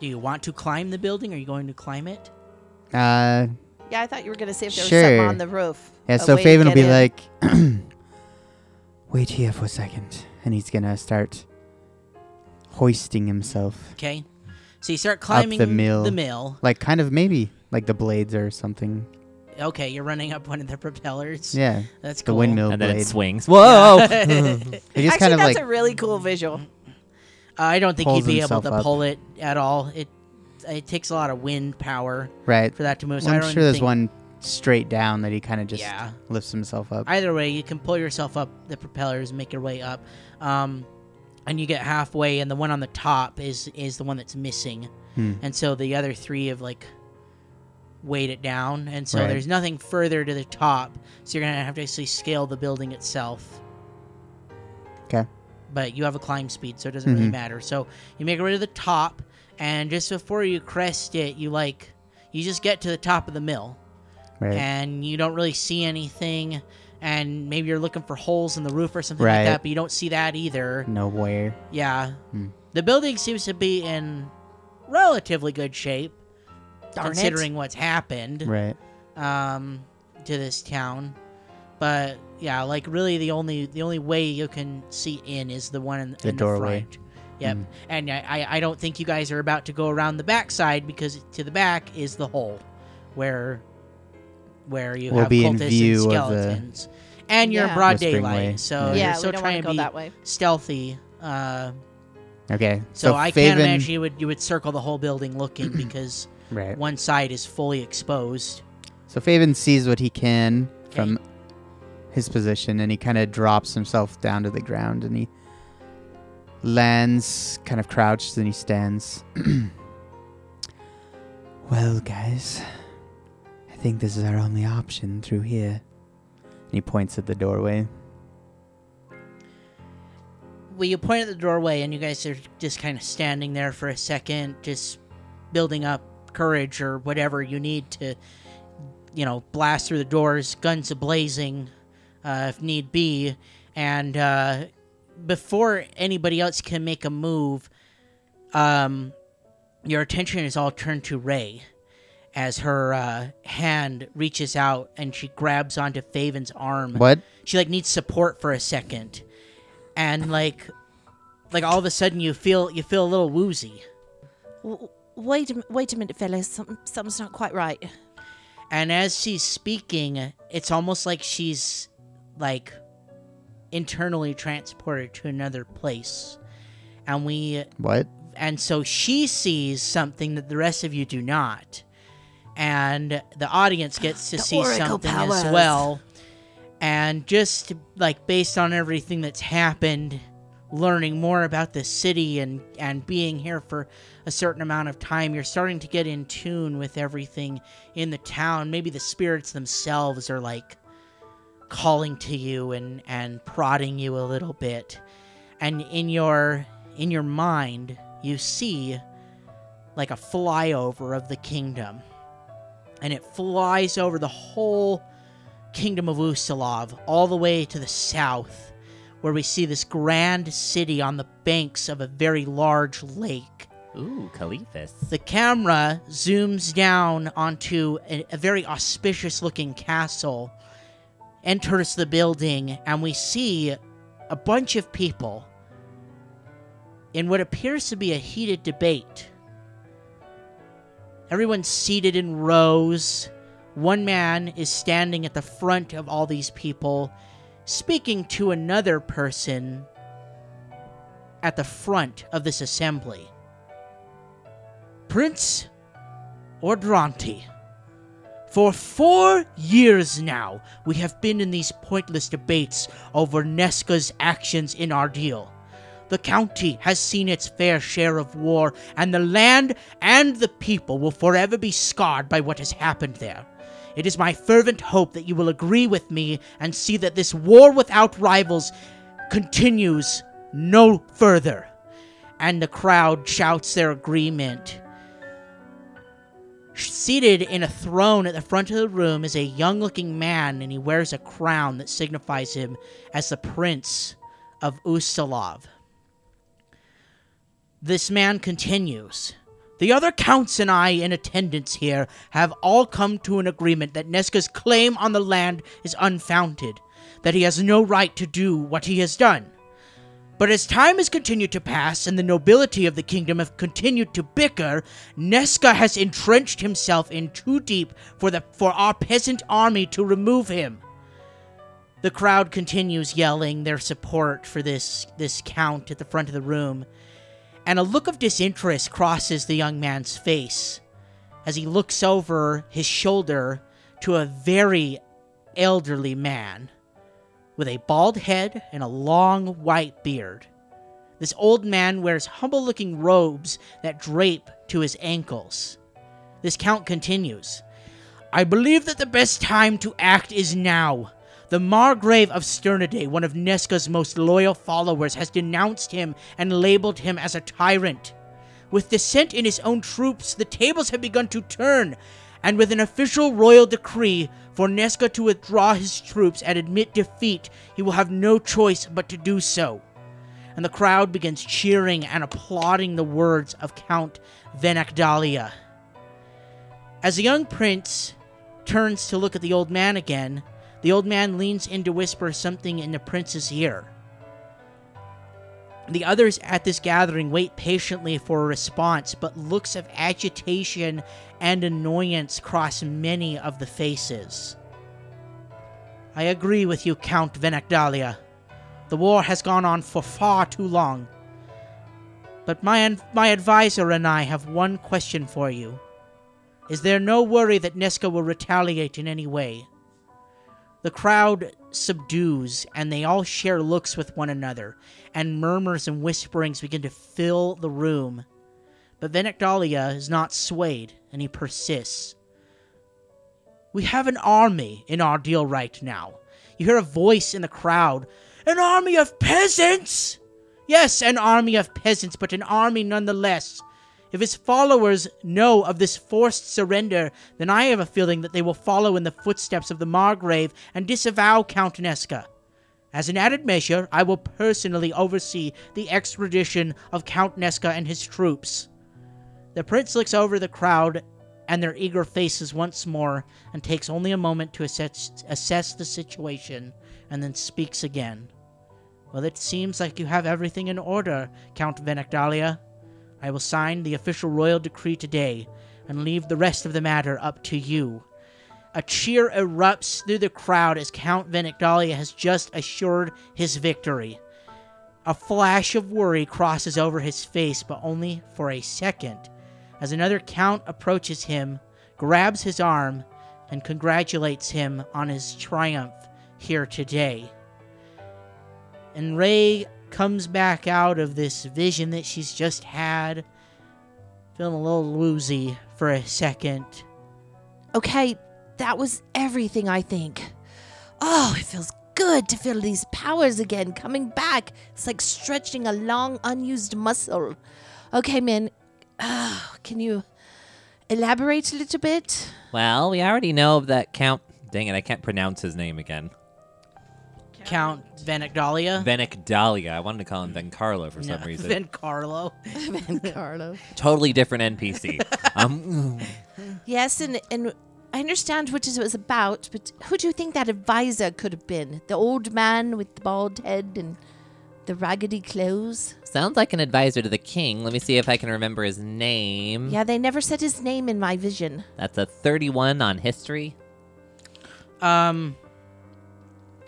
S3: do you want to climb the building? Are you going to climb it?
S5: Uh,
S2: Yeah, I thought you were gonna say if there was
S5: Sure.
S2: something on the roof.
S5: yeah.
S2: a
S5: So
S2: way to
S5: Faven will
S2: get
S5: be
S2: in.
S5: like, "Wait here for a second. and he's gonna start hoisting himself,
S3: Okay. So you start climbing
S5: mill.
S3: The mill.
S5: like kind of maybe like the blades or something.
S3: Okay, you're running up one of the propellers.
S5: Yeah,
S3: That's
S5: the
S3: cool.
S5: windmill
S4: and then
S5: blade.
S4: it swings. Whoa!
S5: It just
S2: Actually,
S5: kind of
S2: that's
S5: like
S2: a really cool visual.
S3: Uh, I don't think you'd
S5: Pulls
S3: be able
S5: himself
S3: to
S5: up.
S3: pull it at all. It it takes a lot of wind power
S5: right.
S3: for that to move. So
S5: Well,
S3: I
S5: I'm
S3: don't
S5: sure there's
S3: think-
S5: one straight down that he kind of just
S3: Yeah.
S5: lifts himself up.
S3: Either way, you can pull yourself up the propellers, make your way up, um, and you get halfway. And the one on the top is is the one that's missing,
S5: Hmm.
S3: and so the other three have like weighed it down, and so
S5: Right.
S3: there's nothing further to the top. So you're gonna have to actually scale the building itself.
S5: 'Kay.
S3: But you have a climb speed, so it doesn't really
S5: Mhm.
S3: matter. So you make it way to the top, and just before you crest it, you like you just get to the top of the mill
S5: right.
S3: and you don't really see anything and maybe you're looking for holes in the roof or something
S5: Right.
S3: like that but you don't see that either
S5: Nowhere.
S3: yeah
S5: Hmm.
S3: the building seems to be in relatively good shape
S2: Darn it.
S3: considering what's happened
S5: Right.
S3: um, to this town but yeah like really the only the only way you can see in is the one in
S5: The
S3: in
S5: doorway.
S3: the front yep
S5: Hmm.
S3: and I, I- I don't think you guys are about to go around the back side because to the back is the hole where where you
S5: We'll
S3: have
S5: be in
S3: cultists
S5: view of
S3: and
S5: the-
S3: skeletons and you're in
S2: Yeah.
S3: broad
S5: Whispering
S3: daylight
S5: Way.
S3: so
S5: Yeah.
S3: you're
S2: yeah, we
S3: still
S2: don't want
S3: trying
S2: to
S3: to
S2: go
S3: be
S2: that way.
S3: stealthy uh,
S5: Okay.
S3: so, I can't
S5: Faven-
S3: imagine you would you would circle the whole building looking because
S5: Right.
S3: one side is fully exposed
S5: So Faven sees what he can from his position, and he kind of drops himself down to the ground, and he lands kind of crouched, and he stands. well, guys, I think this is our only option through here. And he points at the doorway.
S3: well, you point at the doorway, and you guys are just kind of standing there for a second, just building up courage or whatever you need to, you know, blast through the doors, guns a blazing, uh, if need be. And uh, before anybody else can make a move, um, your attention is all turned to Ray as her uh, hand reaches out and she grabs onto Faven's arm
S5: What?
S3: she like needs support for a second and like like all of a sudden you feel you feel a little woozy
S2: W- Wait a, mi- wait a minute, fellas. Some, something's not quite right.
S3: and as she's speaking it's almost like she's like internally transported to another place and we
S5: What?
S3: and so she sees something that the rest of you do not and the audience gets to
S2: The
S3: see
S2: Oracle
S3: something
S2: powers.
S3: as well and just like based on everything that's happened learning more about the city and and being here for a certain amount of time you're starting to get in tune with everything in the town maybe the spirits themselves are like calling to you and and prodding you a little bit and in your in your mind you see like a flyover of the kingdom and it flies over the whole kingdom of Ustalav all the way to the south where we see this grand city on the banks of a very large lake
S4: Ooh, Caliphus.
S3: the camera zooms down onto a, a very auspicious looking castle enters the building and we see a bunch of people in what appears to be a heated debate. Everyone's seated in rows. One man is standing at the front of all these people, speaking to another person at the front of this assembly. Prince Ordranti. For four years now, we have been in these pointless debates over Nesca's actions in our deal. The county has seen its fair share of war, and the land and the people will forever be scarred by what has happened there. It is my fervent hope that you will agree with me and see that this war without rivals continues no further. And the crowd shouts their agreement. Seated in a throne at the front of the room is a young looking man, and he wears a crown that signifies him as the Prince of Ustalov. This man continues. The other counts and I in attendance here have all come to an agreement that Nesca's claim on the land is unfounded, that he has no right to do what he has done. But as time has continued to pass and the nobility of the kingdom have continued to bicker, Nesca has entrenched himself in too deep for the for our peasant army to remove him. The crowd continues yelling their support for this this count at the front of the room, and a look of disinterest crosses the young man's face as he looks over his shoulder to a very elderly man with a bald head and a long white beard. This old man wears humble looking robes that drape to his ankles. This count continues I believe that the best time to act is now. The Margrave of Sternidae, one of Nesca's most loyal followers, has denounced him and labeled him as a tyrant. With dissent in his own troops, the tables have begun to turn, and with an official royal decree for Nesca to withdraw his troops and admit defeat, he will have no choice but to do so. And the crowd begins cheering and applauding the words of Count Venakdalia. As the young prince turns to look at the old man again, the old man leans in to whisper something in the prince's ear. The others at this gathering wait patiently for a response, but looks of agitation and annoyance cross many of the faces. I agree with you, Count Venakdalia. The war has gone on for far too long. But my, my advisor and I have one question for you. Is there no worry that Nesca will retaliate in any way? The crowd subdues, and they all share looks with one another, and murmurs and whisperings begin to fill the room. But Venekdalia is not swayed, and he persists. We have an army in our deal right now. You hear a voice in the crowd An army of peasants! Yes, an army of peasants, but an army nonetheless. If his followers know of this forced surrender, then I have a feeling that they will follow in the footsteps of the Margrave and disavow Count Nesca. As an added measure, I will personally oversee the extradition of Count Nesca and his troops. The prince looks over the crowd and their eager faces once more and takes only a moment to assess, assess the situation and then speaks again. Well, it seems like you have everything in order, Count Venekdalia. I will sign the official royal decree today and leave the rest of the matter up to you. A cheer erupts through the crowd as Count Venigdalia has just assured his victory. A flash of worry crosses over his face, but only for a second, as another count approaches him, grabs his arm, and congratulates him on his triumph here today. And Ray comes back out of this vision that she's just had, feeling a little woozy for a second.
S10: Okay, that was everything, I think. Oh, it feels good to feel these powers again coming back. It's like stretching a long unused muscle. Okay, man, uh, can you elaborate a little bit?
S4: Well, we already know that Count. Dang it, I can't pronounce his name again.
S3: Count Venigdalia.
S4: Venek Dahlia. I wanted to call him Vencarlo for some reason.
S3: Then Carlo.
S10: Van Carlo.
S4: totally different NPC. um,
S10: Yes, and and I understand what it was about, but who do you think that advisor could have been? The old man with the bald head and the raggedy clothes?
S4: Sounds like an advisor to the king. Let me see if I can remember his name.
S10: Yeah, they never said his name in my vision.
S4: That's a 31 on history.
S3: Um,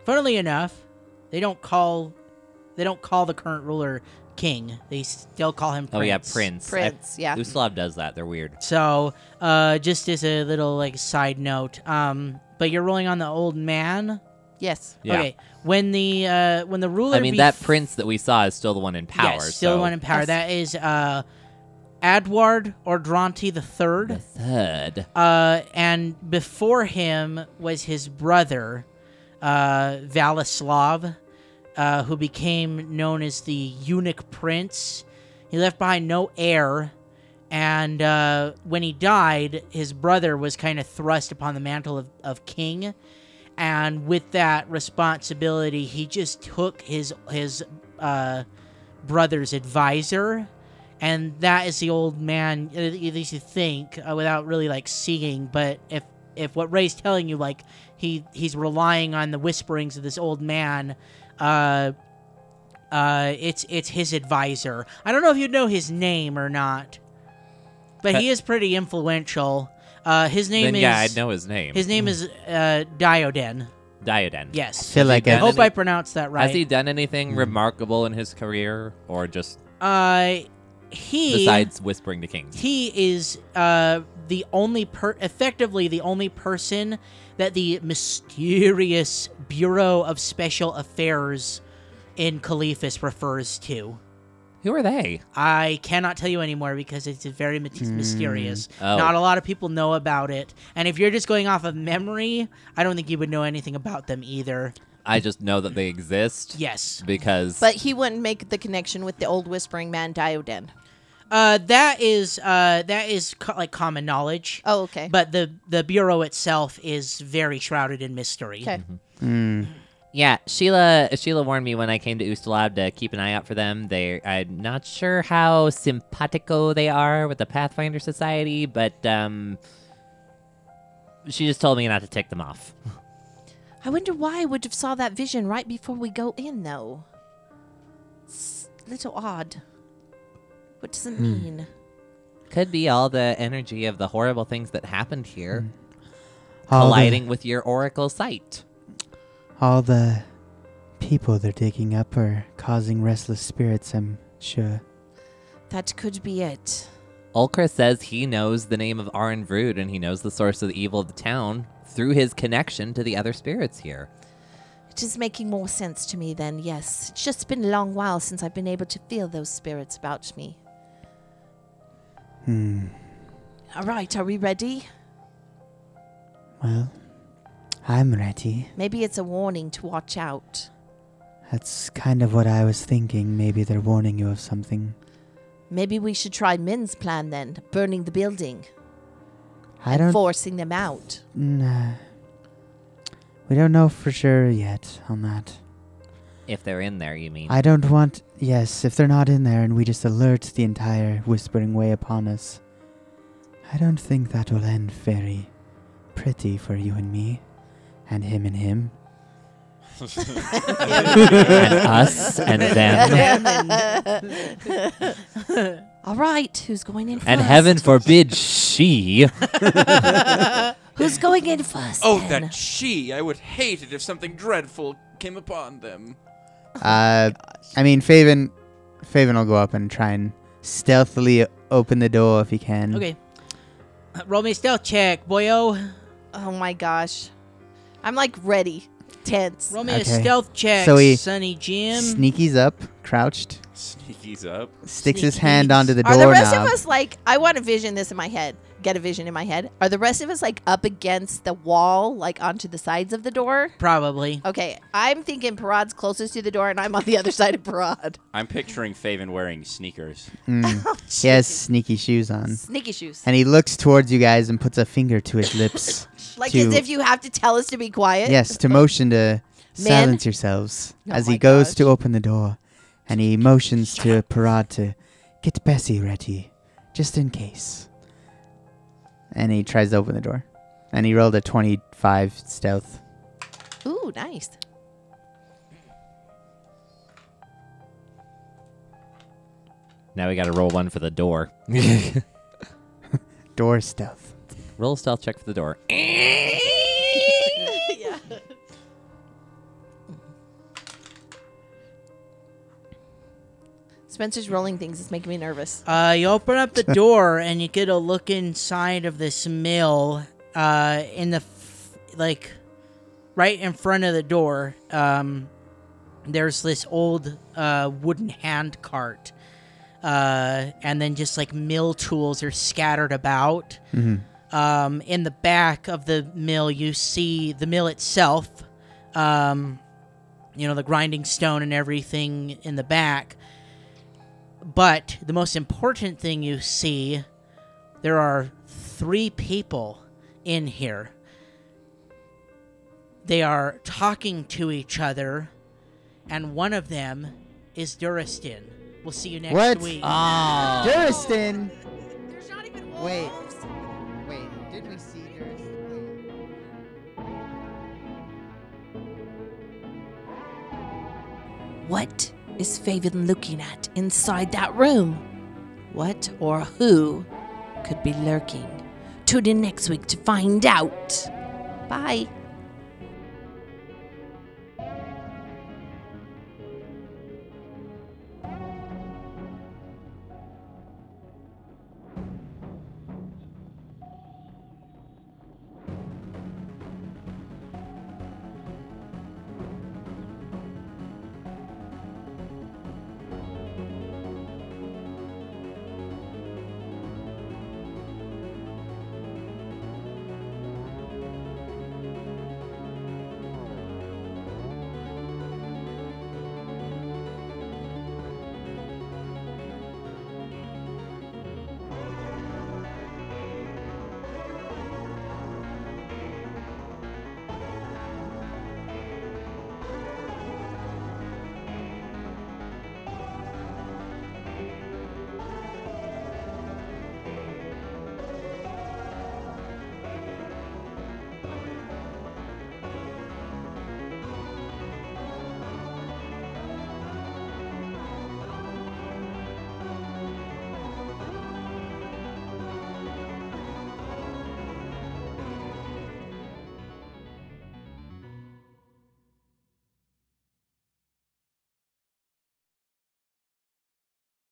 S3: funnily enough, they don't call they don't call the current ruler king. They still call him.
S4: Oh,
S3: Prince.
S4: yeah, Prince. I-
S2: Prince, yeah.
S4: Uslav does that. They're weird.
S3: So, uh, just as a little like side note, um, but you're rolling on the old man.
S2: Yes.
S4: Yeah.
S3: Okay. When the uh, when the ruler.
S4: I mean,
S3: bef-
S4: that prince that we saw is still the one in power.
S3: Yes, still
S4: so-
S3: the one in power. That is uh, Adward Ordronti the
S4: The
S3: Third.
S4: third.
S3: Uh, and before him was his brother, uh, Vladislav, uh, who became known as the Eunuch Prince. He left behind no heir, and uh, when he died, his brother was kind of thrust upon the mantle of, of king. And with that responsibility, he just took his his uh, brother's advisor and that is the old man uh, at least you think uh, without really like seeing but if if what ray's telling you like he he's relying on the whisperings of this old man uh uh it's it's his advisor i don't know if you know his name or not but he is pretty influential uh his name
S4: Uh, Then,
S3: is
S4: yeah, I'd know his name.
S3: his name is uh dioden
S4: Dioden.
S3: yes
S5: feel like
S3: i
S5: I,
S3: hope i pronounced that right
S4: Has he done anything remarkable in his career, or just
S3: uh he
S4: besides whispering to kings?
S3: he is uh, the only per- effectively the only person that the mysterious Bureau of Special Affairs in Caliphus refers to.
S4: Who are they?
S3: I cannot tell you anymore because it's very mys- mysterious.
S4: Oh.
S3: Not a lot of people know about it. And if you're just going off of memory, I don't think you would know anything about them either.
S4: I just know that they exist.
S3: Yes.
S4: Because
S2: But he wouldn't make the connection with the old whispering man Dioden.
S3: Uh, that is uh, that is co- like common knowledge.
S2: Oh, okay.
S3: But the the bureau itself is very shrouded in mystery.
S2: Okay.
S5: Mm.
S4: yeah, Sheila Sheila warned me when I came to Ustalab to keep an eye out for them. They I'm not sure how simpatico they are with the Pathfinder Society, but um, she just told me not to tick them off.
S10: I wonder why I would have saw that vision right before we go in, though. It's a little odd.
S2: What does it mean?
S4: Could be all the energy of the horrible things that happened here
S5: Mm. all the,
S4: colliding with your oracle sight.
S5: all the people they're digging up are causing restless spirits. I'm sure.
S10: That could be it.
S4: Ulcra says he knows the name of Arin Vrood and he knows the source of the evil of the town through his connection to the other spirits here.
S10: It is making more sense to me then, yes. It's just been a long while since I've been able to feel those spirits about me.
S5: Hmm.
S10: All right, are we ready?
S5: Well, I'm ready.
S10: Maybe it's a warning to watch out.
S5: That's kind of what I was thinking. Maybe they're warning you of something.
S10: Maybe we should try Min's plan then, burning the building,
S5: I don't.
S10: forcing them out.
S5: Nah. We don't know for sure yet on that.
S4: If they're in there, you mean?
S5: I don't want. Yes, if they're not in there and we just alert the entire whispering way upon us, I don't think that will end very pretty for you and me, and him and him.
S4: and us and them.
S10: All right, who's going in first?
S4: And heaven forbid she.
S10: Who's going in first?
S6: Oh,
S10: then?
S6: that she! I would hate it if something dreadful came upon them.
S5: Uh, I mean, Faven, Faven will go up and try and stealthily open the door if he can.
S3: Okay. Uh, Roll me a stealth check, boyo.
S2: Oh my gosh. I'm like ready, tense.
S3: Roll me a
S5: Okay.
S3: stealth check,
S5: So he-
S3: Sonny Jim.
S5: Sneakies up, crouched,
S6: Sneakies up.
S5: sticks his hand onto the
S2: Are the rest
S5: doorknob.
S2: of us like, I want to vision this in my head, get a vision in my head. Are the rest of us like up against the wall, like onto the sides of the door?
S3: Probably.
S2: Okay, I'm thinking Parad's closest to the door and I'm on the other side of Parad.
S6: I'm picturing Faven wearing sneakers.
S5: He has sneaky shoes on.
S2: Sneaky shoes.
S5: And he looks towards you guys and puts a finger to his lips.
S2: Like
S5: to,
S2: as if you have to tell us to be quiet.
S5: Yes, to motion to silence yourselves
S2: Oh
S5: as he goes to open the door. And he motions to Parad to get Bessie ready, just in case. And he tries to open the door. and he rolled a 25 stealth.
S2: Ooh, nice.
S4: Now we got to roll one for the door.
S5: Door stealth.
S4: roll a stealth check for the door.
S2: Spencer's rolling things is making me nervous.
S3: Uh, you open up the door and you get a look inside of this mill. Uh, in the f- like, right in front of the door. Um, there's this old uh, wooden hand cart, uh, and then just like mill tools are scattered about. Um, in the back of the mill, you see the mill itself. Um, you know the grinding stone and everything in the back. But the most important thing you see, there are three people in here. They are talking to each other, and one of them is Duristan. We'll see you next
S5: What?
S3: week.
S5: Duristan!
S2: There's not even
S5: Wait. Wait, did we see Duristan?
S10: What is Faven looking at inside that room? What or who could be lurking? Tune in next week to find out. Bye.